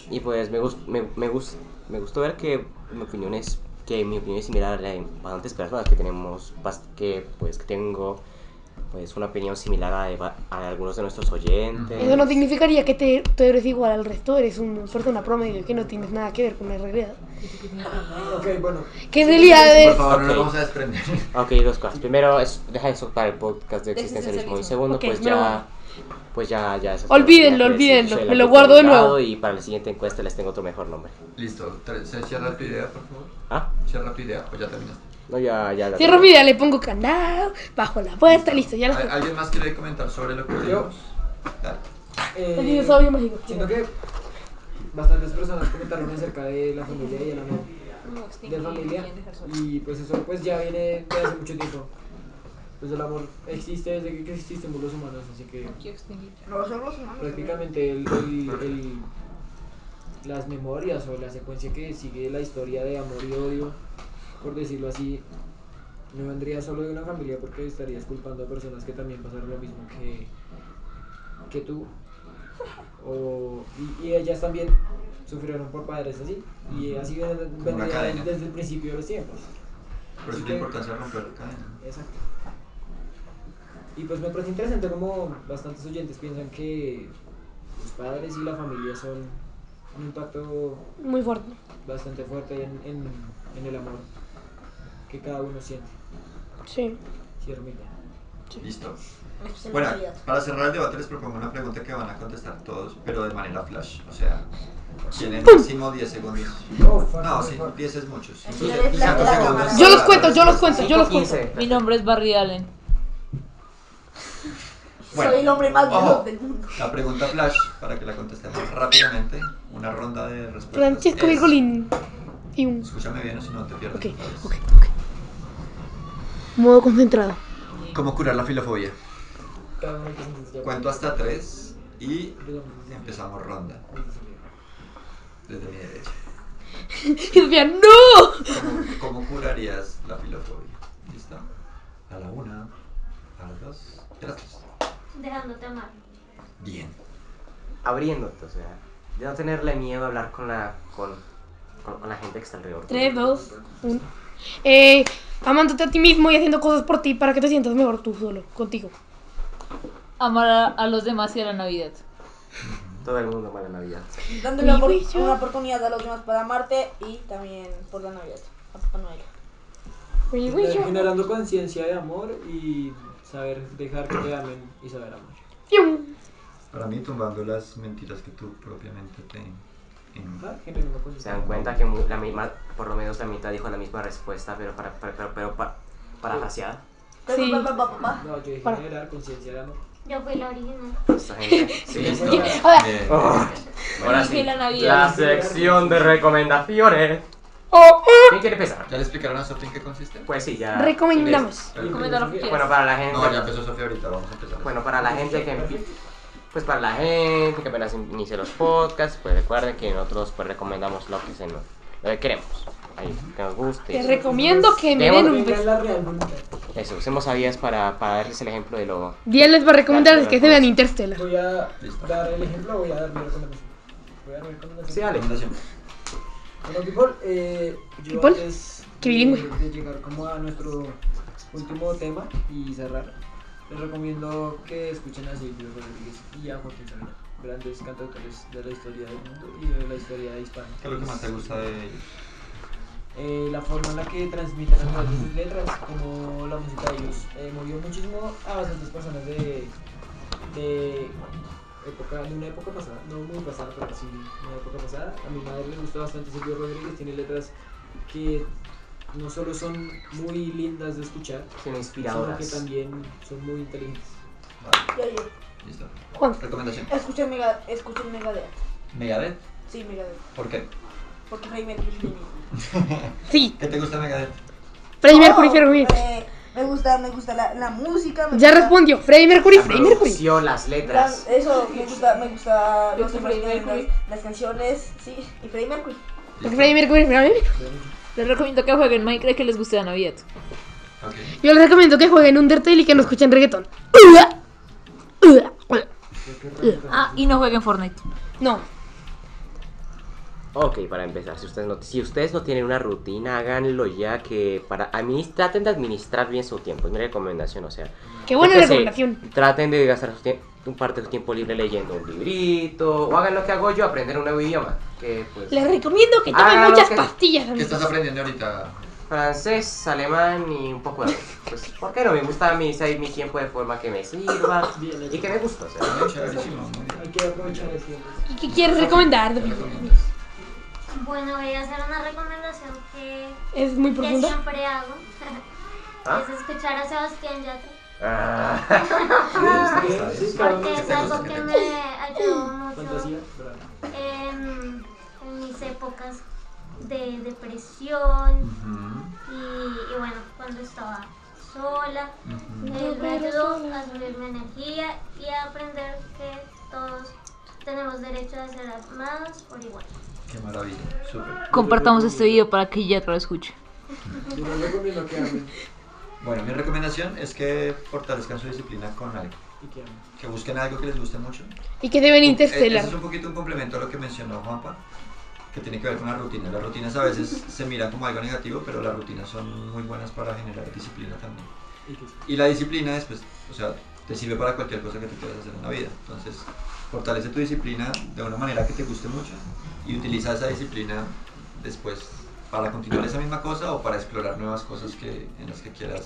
[SPEAKER 6] Y pues me, gus- me, me, gus- me gustó ver que mi opinión es que mi opinión es similar a la de bastantes personas que tenemos bast- que pues que tengo pues una opinión similar a, de ba- a algunos de nuestros oyentes.
[SPEAKER 1] Eso no significaría que te, tú eres igual al resto, eres una persona promedio que no tienes nada que ver con la realidad.
[SPEAKER 3] Ok, bueno.
[SPEAKER 1] Que en realidad
[SPEAKER 4] Por
[SPEAKER 1] es...
[SPEAKER 4] favor, no
[SPEAKER 6] Ok.
[SPEAKER 4] lo vamos a desprender. [laughs]
[SPEAKER 6] Ok, dos cosas. Primero es deja eso para el podcast de
[SPEAKER 7] De
[SPEAKER 6] existencialismo y
[SPEAKER 7] existencialismo.
[SPEAKER 6] segundo
[SPEAKER 1] Ok,
[SPEAKER 6] pues
[SPEAKER 1] me lo
[SPEAKER 6] ya
[SPEAKER 1] guardo.
[SPEAKER 6] pues ya ya eso
[SPEAKER 1] Olvídenlo,
[SPEAKER 6] fue lo que tenía que
[SPEAKER 1] olvídenlo,
[SPEAKER 6] decir. Soy
[SPEAKER 1] me lo
[SPEAKER 6] Lamberto
[SPEAKER 1] guardo de
[SPEAKER 6] Delgado
[SPEAKER 1] nuevo.
[SPEAKER 6] Y para la siguiente encuesta les tengo otro mejor nombre.
[SPEAKER 4] Listo. tre- Se cierra tu idea, por favor.
[SPEAKER 6] Ah,
[SPEAKER 4] Cierra tu idea, pues ya terminaste.
[SPEAKER 6] no ya ya. la
[SPEAKER 1] Cierro
[SPEAKER 6] tengo.
[SPEAKER 1] mi idea, le pongo candado, bajo la puerta, listo, ya
[SPEAKER 4] ¿Al-
[SPEAKER 1] la
[SPEAKER 4] ¿Alguien más quiere comentar sobre lo que dijimos? Dale.
[SPEAKER 1] El dinosaurio mágico.
[SPEAKER 3] eh, Siento que bastantes personas comentaron acerca de la familia y el amor de familia. Y pues eso pues ya viene de hace mucho tiempo. Pues el amor existe desde que existimos los humanos, así que prácticamente el, el- el- las memorias o la secuencia que sigue la historia de amor y odio, por decirlo así, no vendría solo de una familia porque estarías culpando a personas que también pasaron lo mismo que, que tú. O, y, y ellas también sufrieron por padres así. Y así ven-
[SPEAKER 4] una
[SPEAKER 3] vendría
[SPEAKER 4] cadena.
[SPEAKER 3] desde el principio de los tiempos.
[SPEAKER 4] Por eso es la importancia de romper la cadena.
[SPEAKER 3] Exacto. Y pues me parece interesante como bastantes oyentes piensan que los padres y la familia son un impacto
[SPEAKER 1] Muy fuerte.
[SPEAKER 3] bastante fuerte en, en, en el amor que cada uno siente.
[SPEAKER 1] Sí.
[SPEAKER 3] Cierro mi idea.
[SPEAKER 4] Listo. Bueno, para cerrar el debate les propongo una pregunta que van a contestar todos, pero de manera flash. O sea, tienen máximo 10 segundos. No, sí, 10 es mucho. sí.
[SPEAKER 8] Sí, le flash
[SPEAKER 4] Cinco
[SPEAKER 8] la
[SPEAKER 4] segundos
[SPEAKER 8] cámara.
[SPEAKER 4] para
[SPEAKER 1] Yo los
[SPEAKER 4] la
[SPEAKER 1] cuento, yo los
[SPEAKER 4] respuesta.
[SPEAKER 1] cuento, yo los cuento.
[SPEAKER 6] 5:15.
[SPEAKER 7] Mi nombre es Barry Allen.
[SPEAKER 4] Bueno,
[SPEAKER 8] Soy el hombre más
[SPEAKER 4] ojo,
[SPEAKER 8] viejo del mundo.
[SPEAKER 4] La pregunta flash, para que la contestemos rápidamente, una ronda de respuestas.
[SPEAKER 1] Francesco
[SPEAKER 4] es-
[SPEAKER 1] Virgolín. Y un...
[SPEAKER 4] Escúchame bien, o si no te pierdes.
[SPEAKER 1] Ok, ok, ok. Modo concentrado.
[SPEAKER 4] ¿Cómo curar la filofobia?
[SPEAKER 3] Cada uno piensa en su tiempo.
[SPEAKER 4] Cuento hasta 3 y
[SPEAKER 3] Yo también pienso en
[SPEAKER 4] empezamos ronda. Desde mi derecha.
[SPEAKER 1] Y Sofía, ¡no!
[SPEAKER 4] ¿Cómo, cómo curarías la filofobia? ¿Listo? A la una, a las dos, y a las tres.
[SPEAKER 5] Dejándote amar.
[SPEAKER 4] Bien.
[SPEAKER 6] Abriéndote, o sea, de no tenerle miedo a hablar con la con, con, con la gente que está alrededor.
[SPEAKER 1] 3, 2, 1. Eh, amándote a ti mismo y haciendo cosas por ti para que te sientas mejor tú solo, contigo.
[SPEAKER 7] Amar a, a los demás y a la Navidad.
[SPEAKER 6] Todo el mundo para Navidad.
[SPEAKER 8] Dándole una,
[SPEAKER 1] Uy, yo-
[SPEAKER 8] una oportunidad a los demás para amarte y también por la Navidad. A Papá Noel.
[SPEAKER 1] Uy, uy,
[SPEAKER 3] Gener-
[SPEAKER 1] yo.
[SPEAKER 3] Generando conciencia de amor y saber dejar que te amen y saber amar.
[SPEAKER 1] Yum.
[SPEAKER 4] Para mí, tumbando las mentiras que tú propiamente te. en-
[SPEAKER 3] Ah, Henry, no me contestó.
[SPEAKER 6] Se dan cuenta que mu- la misma, por lo menos la mitad dijo la misma respuesta, pero para, para, pero, pero pa- parafraseada.
[SPEAKER 2] Sí.
[SPEAKER 8] Pa, pa, pa, pa, pa.
[SPEAKER 3] No, yo dije
[SPEAKER 2] Para.
[SPEAKER 3] generar conciencia de amor.
[SPEAKER 5] Yo fui la original.
[SPEAKER 4] [laughs]
[SPEAKER 6] Esta gente, sí,
[SPEAKER 4] Listo.
[SPEAKER 6] esto-
[SPEAKER 2] Ahora,
[SPEAKER 4] Bien.
[SPEAKER 6] Ah. Ahora
[SPEAKER 7] Dije
[SPEAKER 6] sí,
[SPEAKER 7] la Navidad.
[SPEAKER 6] la sección de recomendaciones.
[SPEAKER 2] oh, oh,
[SPEAKER 6] ¿Quién quiere empezar?
[SPEAKER 4] ¿Ya le explicaron a Sofía en qué consiste?
[SPEAKER 6] Pues sí, ya.
[SPEAKER 2] recomendamos.
[SPEAKER 7] Comenta lo que quieras.
[SPEAKER 6] Bueno, para la gente.
[SPEAKER 4] No, ya empezó Sofía ahorita, vamos a empezar.
[SPEAKER 6] Bueno, para la gente que empi- pues para la gente que apenas inicia los podcasts, pues recuerden que nosotros pues recomendamos lo que se nos lo que queremos, ahí, que nos guste.
[SPEAKER 2] Te recomiendo que me den un
[SPEAKER 3] Venga
[SPEAKER 2] beso.
[SPEAKER 3] la real voluntad.
[SPEAKER 6] Eso, usemos a Díaz para, para darles el ejemplo de lo
[SPEAKER 2] Días les va a recomendar que se vean Interstellar.
[SPEAKER 3] Voy a
[SPEAKER 4] Listo.
[SPEAKER 3] dar el ejemplo, voy a dar mi recomendación. Voy a dar mi recomendación.
[SPEAKER 6] Sí, dale.
[SPEAKER 4] Recomendación.
[SPEAKER 3] Bueno, people, eh, yo
[SPEAKER 2] ah. People,
[SPEAKER 3] antes
[SPEAKER 2] qué
[SPEAKER 3] de-
[SPEAKER 2] bilingüe.
[SPEAKER 3] de llegar como a nuestro último tema y cerrar, les recomiendo que escuchen a Silvio Rodríguez y a Joaquín Sabina, grandes cantautores de la historia del mundo y de la historia de Hispania.
[SPEAKER 4] ¿Qué es lo que más te gusta de ellos?
[SPEAKER 3] Eh, la forma en la que transmiten a través de sus letras, como la música de ellos, eh, movió muchísimo a bastantes personas de, de época, de una época pasada, no muy pasada, pero sí una época pasada. A mi madre le gustó bastante Silvio Rodríguez, tiene letras que no solo son muy lindas de escuchar,
[SPEAKER 6] son
[SPEAKER 3] sino que
[SPEAKER 6] inspiradoras.
[SPEAKER 3] también son muy inteligentes.
[SPEAKER 4] Vale,
[SPEAKER 8] Ya, ya.
[SPEAKER 4] listo.
[SPEAKER 2] Juan.
[SPEAKER 4] Recomendación.
[SPEAKER 8] Escuchen Mega, escuchen Megadeth.
[SPEAKER 4] Megadeth.
[SPEAKER 8] Sí, Megadeth.
[SPEAKER 4] ¿Por qué?
[SPEAKER 8] Porque Freddie Mercury es genial.
[SPEAKER 2] Sí,
[SPEAKER 4] ¿Qué te gusta de Megadeth?
[SPEAKER 2] Freddie Mercury,
[SPEAKER 8] Oh,
[SPEAKER 2] Freddie Mercury.
[SPEAKER 8] eh, me gusta, me gusta la, la música. me
[SPEAKER 2] Ya
[SPEAKER 8] gusta-
[SPEAKER 2] respondió, Freddie Mercury,
[SPEAKER 6] La
[SPEAKER 2] Freddie Mercury.
[SPEAKER 6] producción, las
[SPEAKER 8] la-
[SPEAKER 6] letras.
[SPEAKER 8] eso, me gusta, me gusta
[SPEAKER 7] Yo
[SPEAKER 8] los
[SPEAKER 7] soy Freddie
[SPEAKER 8] temas,
[SPEAKER 7] Mercury.
[SPEAKER 8] las, las canciones, sí, y Freddie Mercury.
[SPEAKER 6] Pues,
[SPEAKER 2] Porque Freddie Mercury, Freddie Mercury.
[SPEAKER 7] Les recomiendo que jueguen Minecraft que les guste la Navidad.
[SPEAKER 4] Ok.
[SPEAKER 2] Yo les recomiendo que jueguen Undertale y que no escuchen reggaetón.
[SPEAKER 7] Ah, y no jueguen Fortnite.
[SPEAKER 2] No,
[SPEAKER 6] Ok, para empezar, si ustedes no si ustedes no tienen una rutina, háganlo ya que para administ- traten de administrar bien su tiempo, es mi recomendación, o sea,
[SPEAKER 2] qué buena
[SPEAKER 6] Yo qué sé,
[SPEAKER 2] recomendación.
[SPEAKER 6] Traten de gastar su tiemp- un parte de su tiempo libre leyendo un librito o hagan lo que hago yo, aprender un nuevo idioma. Que pues
[SPEAKER 2] Les recomiendo que tomen
[SPEAKER 6] Hágalo,
[SPEAKER 2] muchas
[SPEAKER 6] que-
[SPEAKER 2] pastillas,
[SPEAKER 4] ¿Qué Ah, estás
[SPEAKER 2] amigos.
[SPEAKER 4] aprendiendo ahorita?
[SPEAKER 6] francés, alemán y un poco de... Pues, ¿por qué no? Me gusta mi, saber mi tiempo de forma que me sirva
[SPEAKER 3] Bien hecho.
[SPEAKER 6] y que me gusta, o sea.
[SPEAKER 4] Muy chéverísimo, muy bien.
[SPEAKER 3] Hay que aprovechar el tiempo.
[SPEAKER 2] ¿Y qué quieres recomendar?
[SPEAKER 4] ¿Qué
[SPEAKER 2] David?
[SPEAKER 4] recomiendas?
[SPEAKER 5] Bueno, voy a hacer una recomendación que,
[SPEAKER 2] Es muy
[SPEAKER 5] que
[SPEAKER 2] profundo.
[SPEAKER 4] [laughs]
[SPEAKER 5] siempre hago.
[SPEAKER 6] ¿Ah?
[SPEAKER 5] Es escuchar a Sebastián Yatra.
[SPEAKER 6] Ah,
[SPEAKER 4] Sí, está
[SPEAKER 3] Sí,
[SPEAKER 4] bien.
[SPEAKER 3] claro,
[SPEAKER 5] [laughs] Porque es
[SPEAKER 4] te gusta,
[SPEAKER 5] algo
[SPEAKER 4] qué
[SPEAKER 5] que
[SPEAKER 4] te
[SPEAKER 5] me ayudó
[SPEAKER 4] [clears throat]
[SPEAKER 5] mucho
[SPEAKER 3] Fantasía, bravo.
[SPEAKER 5] em, en mis épocas de depresión
[SPEAKER 4] Ujú,
[SPEAKER 5] y, y bueno, cuando estaba sola.
[SPEAKER 4] ujú.
[SPEAKER 5] Él me ayudó a subir mi energía y a aprender que todos tenemos derecho a ser amados por igual.
[SPEAKER 4] Qué maravilla. Súper.
[SPEAKER 7] Compartamos este video para que ya lo escuche.
[SPEAKER 3] Yo les recomiendo que amen
[SPEAKER 4] Bueno, mi recomendación es que fortalezcan su disciplina con algo.
[SPEAKER 3] y que amen.
[SPEAKER 4] Que busquen algo que les guste mucho.
[SPEAKER 2] Y que deben
[SPEAKER 4] Eh,
[SPEAKER 2] Interstellar.
[SPEAKER 4] Eso es un poquito un complemento a lo que mencionó Juanpa, que tiene que ver con las rutinas. Las rutinas a veces se miran como algo negativo, pero las rutinas son muy buenas para generar disciplina también.
[SPEAKER 3] Y que
[SPEAKER 4] Y la disciplina después, o sea, te sirve para cualquier cosa que tú quieras hacer en la vida. Entonces, fortalece tu disciplina de una manera que te guste mucho y utiliza esa disciplina después para continuar esa misma cosa o para explorar nuevas cosas que, en las que quieras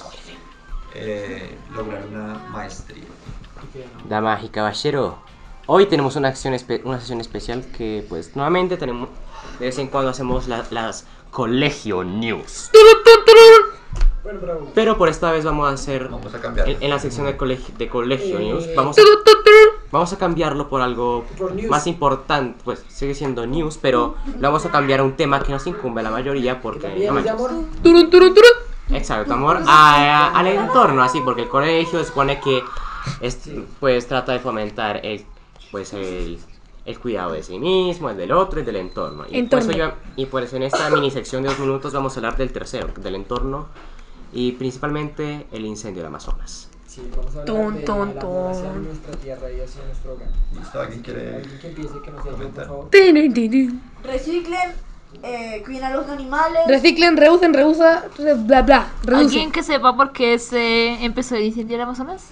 [SPEAKER 4] eh, lograr una maestría.
[SPEAKER 3] y que amen.
[SPEAKER 6] Damas y caballero, hoy tenemos una, acción espe- una sesión especial que pues nuevamente tenemos... De vez en cuando hacemos la- las Colegio News.
[SPEAKER 3] Bueno, bravo.
[SPEAKER 6] Pero por esta vez vamos a hacer...
[SPEAKER 4] Vamos a cambiar.
[SPEAKER 6] En, en la sección de colegio, de colegio
[SPEAKER 3] Eh.
[SPEAKER 6] news, vamos a, vamos a cambiarlo por algo
[SPEAKER 3] Por news.
[SPEAKER 6] más importante. Pues sigue siendo news, pero lo vamos a cambiar a un tema que nos incumbe a la mayoría porque. no
[SPEAKER 3] También es de
[SPEAKER 6] manches.
[SPEAKER 3] amor.
[SPEAKER 2] Turun, turun, turun.
[SPEAKER 6] Exacto, amor a- a- al entorno, así, porque el colegio se supone que es- pues trata de fomentar el, pues, el, el cuidado de sí mismo, el del otro y del entorno. Y,
[SPEAKER 2] Entorno.
[SPEAKER 6] Por eso yo- y por eso en esta mini sección de dos minutos vamos a hablar del tercero, del entorno y principalmente el incendio del Amazonas.
[SPEAKER 3] Sí, vamos a hablar
[SPEAKER 2] Ton,
[SPEAKER 3] de
[SPEAKER 2] ton,
[SPEAKER 3] el amor hacia
[SPEAKER 2] ton.
[SPEAKER 3] nuestra tierra y hacia nuestro hogar.
[SPEAKER 4] ¿Listo? ¿Alguien quiere...?
[SPEAKER 3] Alguien que empiece que nos ayude, por
[SPEAKER 4] Eh, Comentar.
[SPEAKER 3] favor.
[SPEAKER 2] Tin, tin, tin.
[SPEAKER 8] Reciclen, eh, cuiden a los animales.
[SPEAKER 2] Reciclen, reusen, reusa, re- bla, bla.
[SPEAKER 7] ¿Alguien
[SPEAKER 2] Reducen.
[SPEAKER 7] que sepa por qué se empezó a incendiar el Amazonas?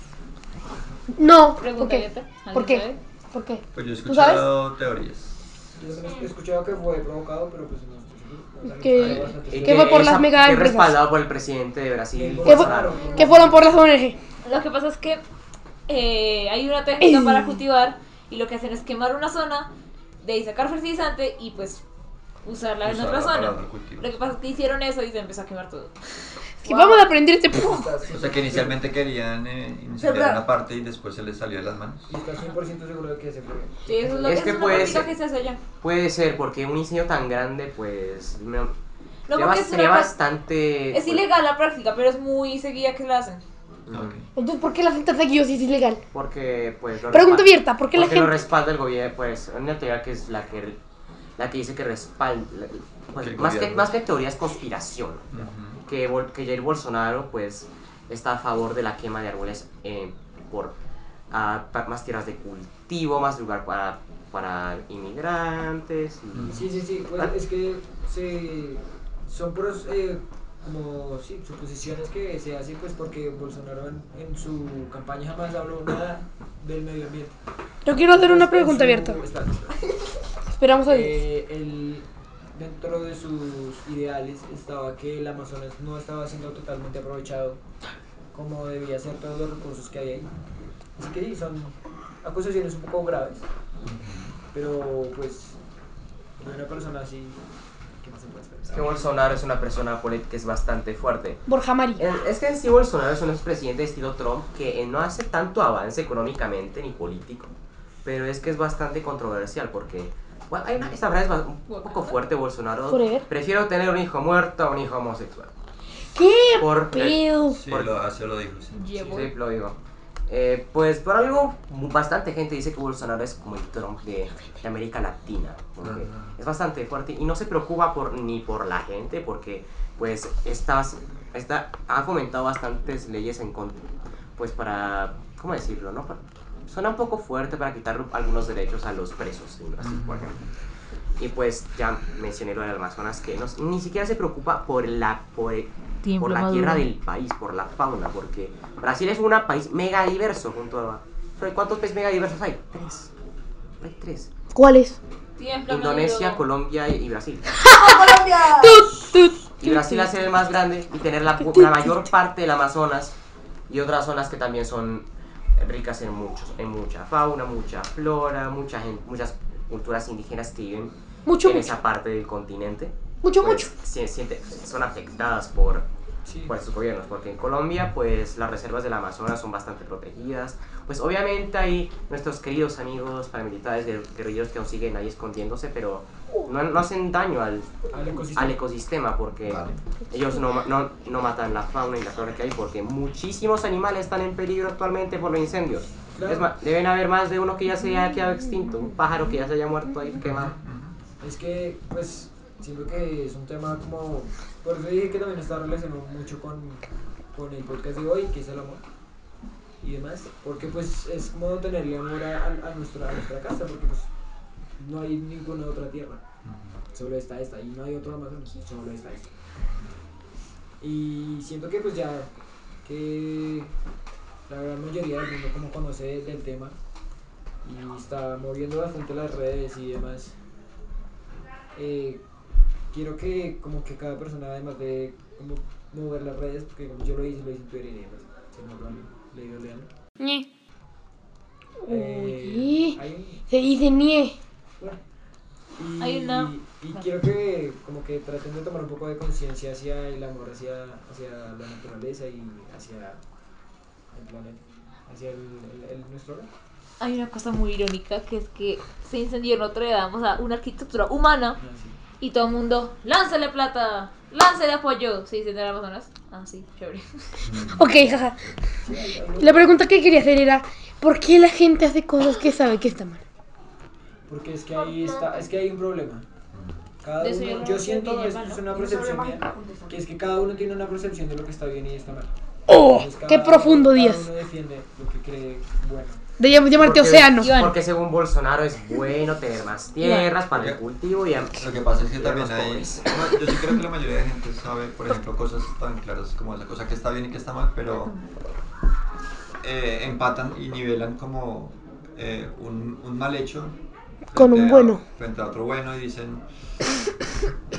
[SPEAKER 2] No. ¿Por
[SPEAKER 7] Pregúntale,
[SPEAKER 2] qué?
[SPEAKER 7] Pepe. ¿Alguien
[SPEAKER 2] ¿Por qué?
[SPEAKER 7] sabe?
[SPEAKER 2] ¿Por qué?
[SPEAKER 4] Pues yo he
[SPEAKER 2] ¿Tú sabes?
[SPEAKER 4] escuchado teorías.
[SPEAKER 3] Yo también he escuchado que fue provocado, pero pues no estoy seguro.
[SPEAKER 2] Que-
[SPEAKER 3] Bastante
[SPEAKER 2] que
[SPEAKER 3] seguro.
[SPEAKER 2] fue por
[SPEAKER 6] Eh, esa-
[SPEAKER 2] las mega
[SPEAKER 6] que
[SPEAKER 2] empresas.
[SPEAKER 6] respaldado por el presidente de Brasil.
[SPEAKER 2] Que, fu-
[SPEAKER 6] Bolsonaro.
[SPEAKER 2] que fueron por las ONG. Eh.
[SPEAKER 7] Lo que pasa es que eh, hay una técnica para cultivar y lo que hacen es quemar una zona, de ahí sacar fertilizante y pues usarla en
[SPEAKER 4] Usarla
[SPEAKER 7] otra
[SPEAKER 4] para
[SPEAKER 7] zona.
[SPEAKER 4] otro cultivo.
[SPEAKER 7] Lo que pasa es que hicieron eso y se empezó a quemar todo.
[SPEAKER 2] Que vamos a aprender este.
[SPEAKER 4] O sea que inicialmente querían eh, incendiar
[SPEAKER 8] Sembrar.
[SPEAKER 4] una parte y después se les salió de las manos.
[SPEAKER 3] Y estás 100% seguro de que se fue.
[SPEAKER 7] Sí, eso es lo
[SPEAKER 6] Es
[SPEAKER 7] eso
[SPEAKER 6] que
[SPEAKER 7] es una
[SPEAKER 6] puede
[SPEAKER 7] práctica
[SPEAKER 6] ser.
[SPEAKER 7] que se hace allá.
[SPEAKER 6] Puede ser, porque un incendio tan grande, pues. No,
[SPEAKER 7] No,
[SPEAKER 6] sería
[SPEAKER 7] porque
[SPEAKER 6] bas-
[SPEAKER 7] es,
[SPEAKER 6] sería
[SPEAKER 7] una práctica-
[SPEAKER 6] bastante.
[SPEAKER 7] es ilegal la práctica, pero es muy seguida que la hacen.
[SPEAKER 4] Ah, Ok.
[SPEAKER 2] Entonces, ¿por qué la gente hace guíos si es ilegal?
[SPEAKER 6] Porque, pues. lo
[SPEAKER 2] Pregunta
[SPEAKER 6] respalda-
[SPEAKER 2] abierta, ah, ¿por qué la
[SPEAKER 6] lo
[SPEAKER 2] gente-
[SPEAKER 6] respalda el gobierno, pues. Una teoría que es la que. La que dice que respalda. pues,
[SPEAKER 4] Que el
[SPEAKER 6] más, que,
[SPEAKER 4] gobierno.
[SPEAKER 6] más que teoría es conspiración.
[SPEAKER 4] Ujú.
[SPEAKER 6] Que, Bol- que Jair Bolsonaro, pues. Está a favor de la quema de árboles eh, por. ah, pa- más tierras de cultivo, más lugar para, para inmigrantes. y-
[SPEAKER 4] Mm.
[SPEAKER 3] Sí, sí, sí. pues, es que se, son puros, eh, como, sí, suposiciones que se hacen pues porque Bolsonaro en, en su campaña jamás habló nada del medio ambiente.
[SPEAKER 2] Yo quiero hacer
[SPEAKER 3] En
[SPEAKER 2] una pregunta
[SPEAKER 3] su-
[SPEAKER 2] abierta.
[SPEAKER 3] espera, espera.
[SPEAKER 2] Esperamos
[SPEAKER 1] Pues,
[SPEAKER 2] a diez.
[SPEAKER 3] Eh, él, dentro de sus ideales estaba que el Amazonas no estaba siendo totalmente aprovechado como debía ser todos los recursos que hay ahí. Así que sí, son acusaciones un poco graves, pero pues de una persona así, ¿qué más se puede
[SPEAKER 6] Es que
[SPEAKER 3] esperar?
[SPEAKER 6] Bolsonaro es una persona política que es bastante fuerte.
[SPEAKER 2] Borja María.
[SPEAKER 6] Es es que en sí Bolsonaro es un expresidente de estilo Trump que eh, no hace tanto avance económicamente ni político, pero es que es bastante controversial porque bueno, hay una- esta frase es ba- un poco fuerte Bolsonaro.
[SPEAKER 2] Forever.
[SPEAKER 6] Prefiero tener un hijo muerto a un hijo homosexual.
[SPEAKER 2] ¿Qué
[SPEAKER 6] Por
[SPEAKER 2] pedo?
[SPEAKER 4] Sí,
[SPEAKER 6] Por-
[SPEAKER 4] lo, así lo dijo. sí.
[SPEAKER 7] Llevo.
[SPEAKER 6] Sí, lo digo. Eh, pues por algo mu- bastante gente dice que Bolsonaro es como el Trump de, de América Latina, porque
[SPEAKER 4] Ajá.
[SPEAKER 6] es bastante fuerte y no se preocupa por, ni por la gente, porque pues estas, esta, ha fomentado bastantes leyes en contra, pues para, ¿cómo decirlo? No? Para- suena un poco fuerte para quitar algunos derechos a los presos en Brasil, por ejemplo. Y pues ya mencioné lo del Amazonas, que no- ni siquiera se preocupa por la, por, por la tierra del país, por la fauna, porque Brasil es un país mega diverso junto a... ¿Sobre ¿Cuántos países mega diversos hay? Tres. Hay tres.
[SPEAKER 2] ¿Cuál es?
[SPEAKER 7] Tiembla,
[SPEAKER 6] Indonesia,
[SPEAKER 7] Maduro.
[SPEAKER 6] Colombia y y
[SPEAKER 2] [laughs]
[SPEAKER 6] Brasil.
[SPEAKER 8] Colombia!
[SPEAKER 2] Tut, tut.
[SPEAKER 6] Y Brasil hace el más grande y tener
[SPEAKER 2] [laughs]
[SPEAKER 6] la, pu- la mayor parte del Amazonas y otras zonas que también son ricas en muchos, en mucha fauna, mucha flora, mucha gen- muchas culturas indígenas que viven
[SPEAKER 2] Mucho,
[SPEAKER 6] en
[SPEAKER 2] mucho.
[SPEAKER 6] esa parte del continente.
[SPEAKER 2] Mucho,
[SPEAKER 6] pues,
[SPEAKER 2] mucho.
[SPEAKER 6] se siente- son afectadas por,
[SPEAKER 3] Sí.
[SPEAKER 6] por sus gobiernos, porque en Colombia pues las reservas del Amazonas son bastante protegidas. Pues obviamente hay nuestros queridos amigos paramilitares, guer- guerrilleros que aún siguen ahí escondiéndose, pero no, no hacen daño al,
[SPEAKER 3] Al ecosistema.
[SPEAKER 6] al ecosistema porque
[SPEAKER 4] Vale.
[SPEAKER 6] ellos no, ma- no, no matan la fauna y la flora que hay porque muchísimos animales están en peligro actualmente por los incendios.
[SPEAKER 3] Claro.
[SPEAKER 6] Es más, deben haber más de uno que ya se haya quedado extinto, un pájaro que ya se haya muerto ahí quemado.
[SPEAKER 3] Es que, pues, siento que es un tema como. Por eso dije que también está relacionado mucho con, con el podcast de hoy, que es el amor y demás. Porque, pues, es como tenerle amor a, a- a nuestra, a nuestra casa, porque, pues, no hay ninguna otra tierra. Solo está esta, y no hay otro Amazonas, solo está esta. Y siento que, pues, ya que la gran mayoría del mundo, como conoce del tema, y está moviendo bastante las redes y demás eh, quiero que como que cada persona además de como mover las redes porque como yo lo hice lo hice en Twitter y demás si no lo han leído leanlo
[SPEAKER 1] Ñe.
[SPEAKER 3] Eh,
[SPEAKER 2] Oye.
[SPEAKER 3] hay un-
[SPEAKER 2] Se dice nie.
[SPEAKER 3] bueno, y,
[SPEAKER 7] Hay una-
[SPEAKER 3] y quiero que como que traten de tomar un poco de conciencia hacia el amor hacia, hacia la naturaleza y hacia el planeta hacia el, el- el- nuestro hogar
[SPEAKER 7] Hay una cosa muy irónica que es que se incendió Notre Dame, o sea, una arquitectura humana
[SPEAKER 3] Ah, sí. [laughs]
[SPEAKER 7] y todo el mundo, ¡lánzale plata! ¡Lánzale apoyo! Se incendió el Amazonas. Ah, sí, chévere. [laughs]
[SPEAKER 3] Mm.
[SPEAKER 2] Ok, jaja. La pregunta que quería hacer era: ¿por qué la gente hace cosas que sabe que está mal?
[SPEAKER 3] Porque es que ahí está, es que hay un problema. Cada
[SPEAKER 7] De eso yo
[SPEAKER 3] uno,
[SPEAKER 7] no
[SPEAKER 3] yo
[SPEAKER 7] sé
[SPEAKER 3] siento,
[SPEAKER 7] bien,
[SPEAKER 3] es,
[SPEAKER 7] ¿no?
[SPEAKER 3] es una percepción mía, que es que cada uno tiene una percepción de lo que está bien y está mal.
[SPEAKER 2] ¡Oh!
[SPEAKER 3] Entonces,
[SPEAKER 2] ¡Qué
[SPEAKER 3] cada
[SPEAKER 2] profundo,
[SPEAKER 3] uno- cada
[SPEAKER 2] Díaz!
[SPEAKER 3] uno defiende lo que cree bueno.
[SPEAKER 2] Debíamos llamarte
[SPEAKER 6] Porque-
[SPEAKER 2] Océano.
[SPEAKER 6] Porque según Bolsonaro es bueno tener más tierras para el
[SPEAKER 4] Ok.
[SPEAKER 6] cultivo y... am-
[SPEAKER 4] Lo que pasa es que
[SPEAKER 6] y
[SPEAKER 4] también
[SPEAKER 6] los
[SPEAKER 4] hay.
[SPEAKER 6] pobres.
[SPEAKER 4] [laughs] no, yo sí creo que la mayoría de gente sabe, por ejemplo, cosas tan claras como esa cosa que está bien y que está mal, pero eh, empatan y nivelan como eh, un, un mal hecho
[SPEAKER 2] Con un
[SPEAKER 4] frente a-
[SPEAKER 2] bueno.
[SPEAKER 4] frente a otro bueno y dicen, [laughs]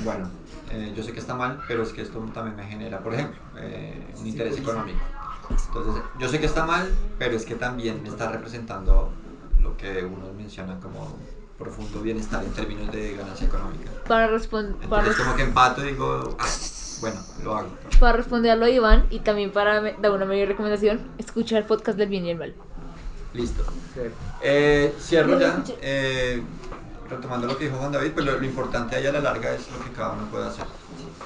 [SPEAKER 4] bueno, eh, yo sé que está mal, pero es que esto también me genera, por ejemplo, eh, un interés económico. Entonces, yo sé que está mal, pero es que también me está representando lo que unos mencionan como profundo bienestar en términos de ganancia económica.
[SPEAKER 7] Para, respon- para,
[SPEAKER 4] Entonces
[SPEAKER 6] Este
[SPEAKER 7] res-
[SPEAKER 4] como que empato y digo, "Ah, bueno, lo hago.
[SPEAKER 7] para responderlo a Iván y también para me- dar una mayor recomendación, escuchar el podcast del bien y el mal.
[SPEAKER 4] Listo. Eh, cierro ya. eh, retomando lo que dijo Juan David, pues lo, lo importante ahí a la larga es lo que cada uno puede hacer.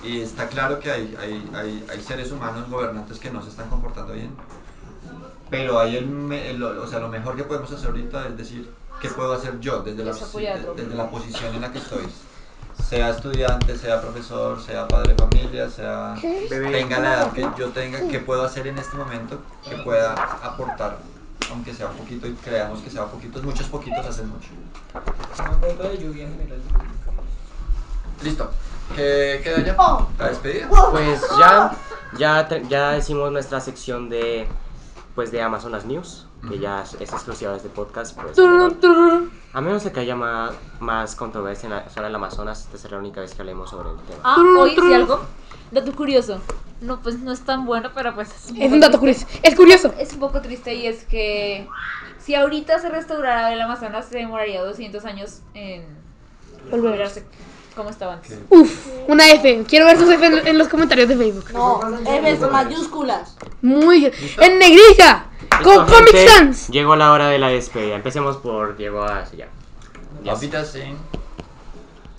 [SPEAKER 4] Y está claro que hay, hay, hay, hay seres humanos gobernantes que no se están comportando bien. Pero hay el, me- el- o sea, lo mejor que podemos hacer ahorita es decir, ¿qué puedo hacer yo desde la,
[SPEAKER 7] Es apoyar
[SPEAKER 4] de-
[SPEAKER 7] otro.
[SPEAKER 4] desde la posición en la que estoy? Sea estudiante, sea profesor, sea padre de familia, sea tenga la edad que yo tenga, que puedo hacer en este momento que pueda aportar, aunque sea un poquito, y creamos que sea poquitos, muchos poquitos hacen mucho.
[SPEAKER 3] Un punto de lluvia en general.
[SPEAKER 4] Listo. ¿Qué queda ya?
[SPEAKER 2] Oh.
[SPEAKER 4] ¿La despedida?
[SPEAKER 6] Pues ya, ya, te- ya hicimos nuestra sección de, pues de Amazonas News, que ya es, es exclusiva de este podcast. Pues,
[SPEAKER 2] Tururú, tururú.
[SPEAKER 6] a menos de que haya ma- más, controversia en la- sobre el Amazonas, esta será la única vez que hablemos sobre el tema.
[SPEAKER 7] Ah,
[SPEAKER 2] Tru,
[SPEAKER 7] oí
[SPEAKER 2] tru.
[SPEAKER 7] sí algo. Dato curioso. No, pues no es tan bueno, pero pues es
[SPEAKER 2] Es un dato curioso. Es curioso.
[SPEAKER 7] Es un poco triste y es que si ahorita se restaurara el Amazonas, se demoraría 200 años en recuperarse como estaba antes.
[SPEAKER 2] Uf, una F. Quiero ver sus F en, en los comentarios de Facebook.
[SPEAKER 8] No, F con mayúsculas.
[SPEAKER 2] Muy bien. ¡En negrita! ¡Con
[SPEAKER 6] Listo,
[SPEAKER 2] Comic
[SPEAKER 6] gente,
[SPEAKER 2] Sans!
[SPEAKER 6] Llegó la hora de la despedida. Empecemos por Diego Asilla.
[SPEAKER 4] Papitas, sí.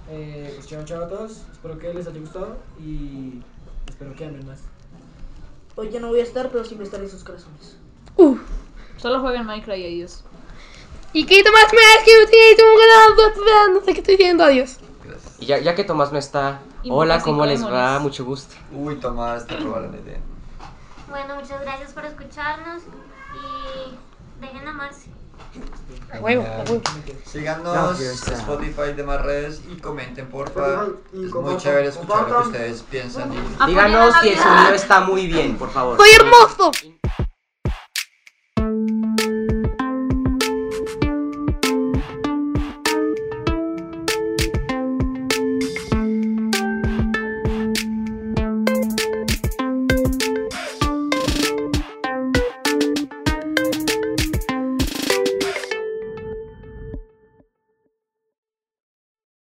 [SPEAKER 3] Eh, pues chao, chao a todos. Espero que les haya gustado y espero que hablen más.
[SPEAKER 8] Hoy yo no voy a estar, pero siempre estaré en sus corazones.
[SPEAKER 2] Uf.
[SPEAKER 7] Solo juegan Minecraft y adiós.
[SPEAKER 2] Y quito más más que utilizo un ganado. No sé qué estoy diciendo. Adiós.
[SPEAKER 4] Gracias.
[SPEAKER 6] Y ya, ya que Tomás no está,
[SPEAKER 7] Y
[SPEAKER 6] hola,
[SPEAKER 7] Mocacinco
[SPEAKER 6] ¿cómo
[SPEAKER 7] de
[SPEAKER 6] les va?
[SPEAKER 7] Monas.
[SPEAKER 6] Mucho gusto.
[SPEAKER 4] Uy, Tomás, te robaron la idea.
[SPEAKER 5] Bueno, muchas gracias por escucharnos y dejen amarse.
[SPEAKER 2] A huevo, a huevo.
[SPEAKER 4] Síganos
[SPEAKER 6] No,
[SPEAKER 4] en
[SPEAKER 6] está.
[SPEAKER 4] Spotify y demás redes y comenten, porfa.
[SPEAKER 3] Spotify y
[SPEAKER 4] Es muy
[SPEAKER 3] compartan,
[SPEAKER 4] chévere escuchar lo que
[SPEAKER 3] compartan.
[SPEAKER 4] ustedes piensan y
[SPEAKER 7] Apoyen a
[SPEAKER 6] Díganos
[SPEAKER 7] la
[SPEAKER 6] si el
[SPEAKER 7] vida.
[SPEAKER 6] sonido está muy bien, por favor.
[SPEAKER 2] ¡Soy hermoso!
[SPEAKER 6] Y-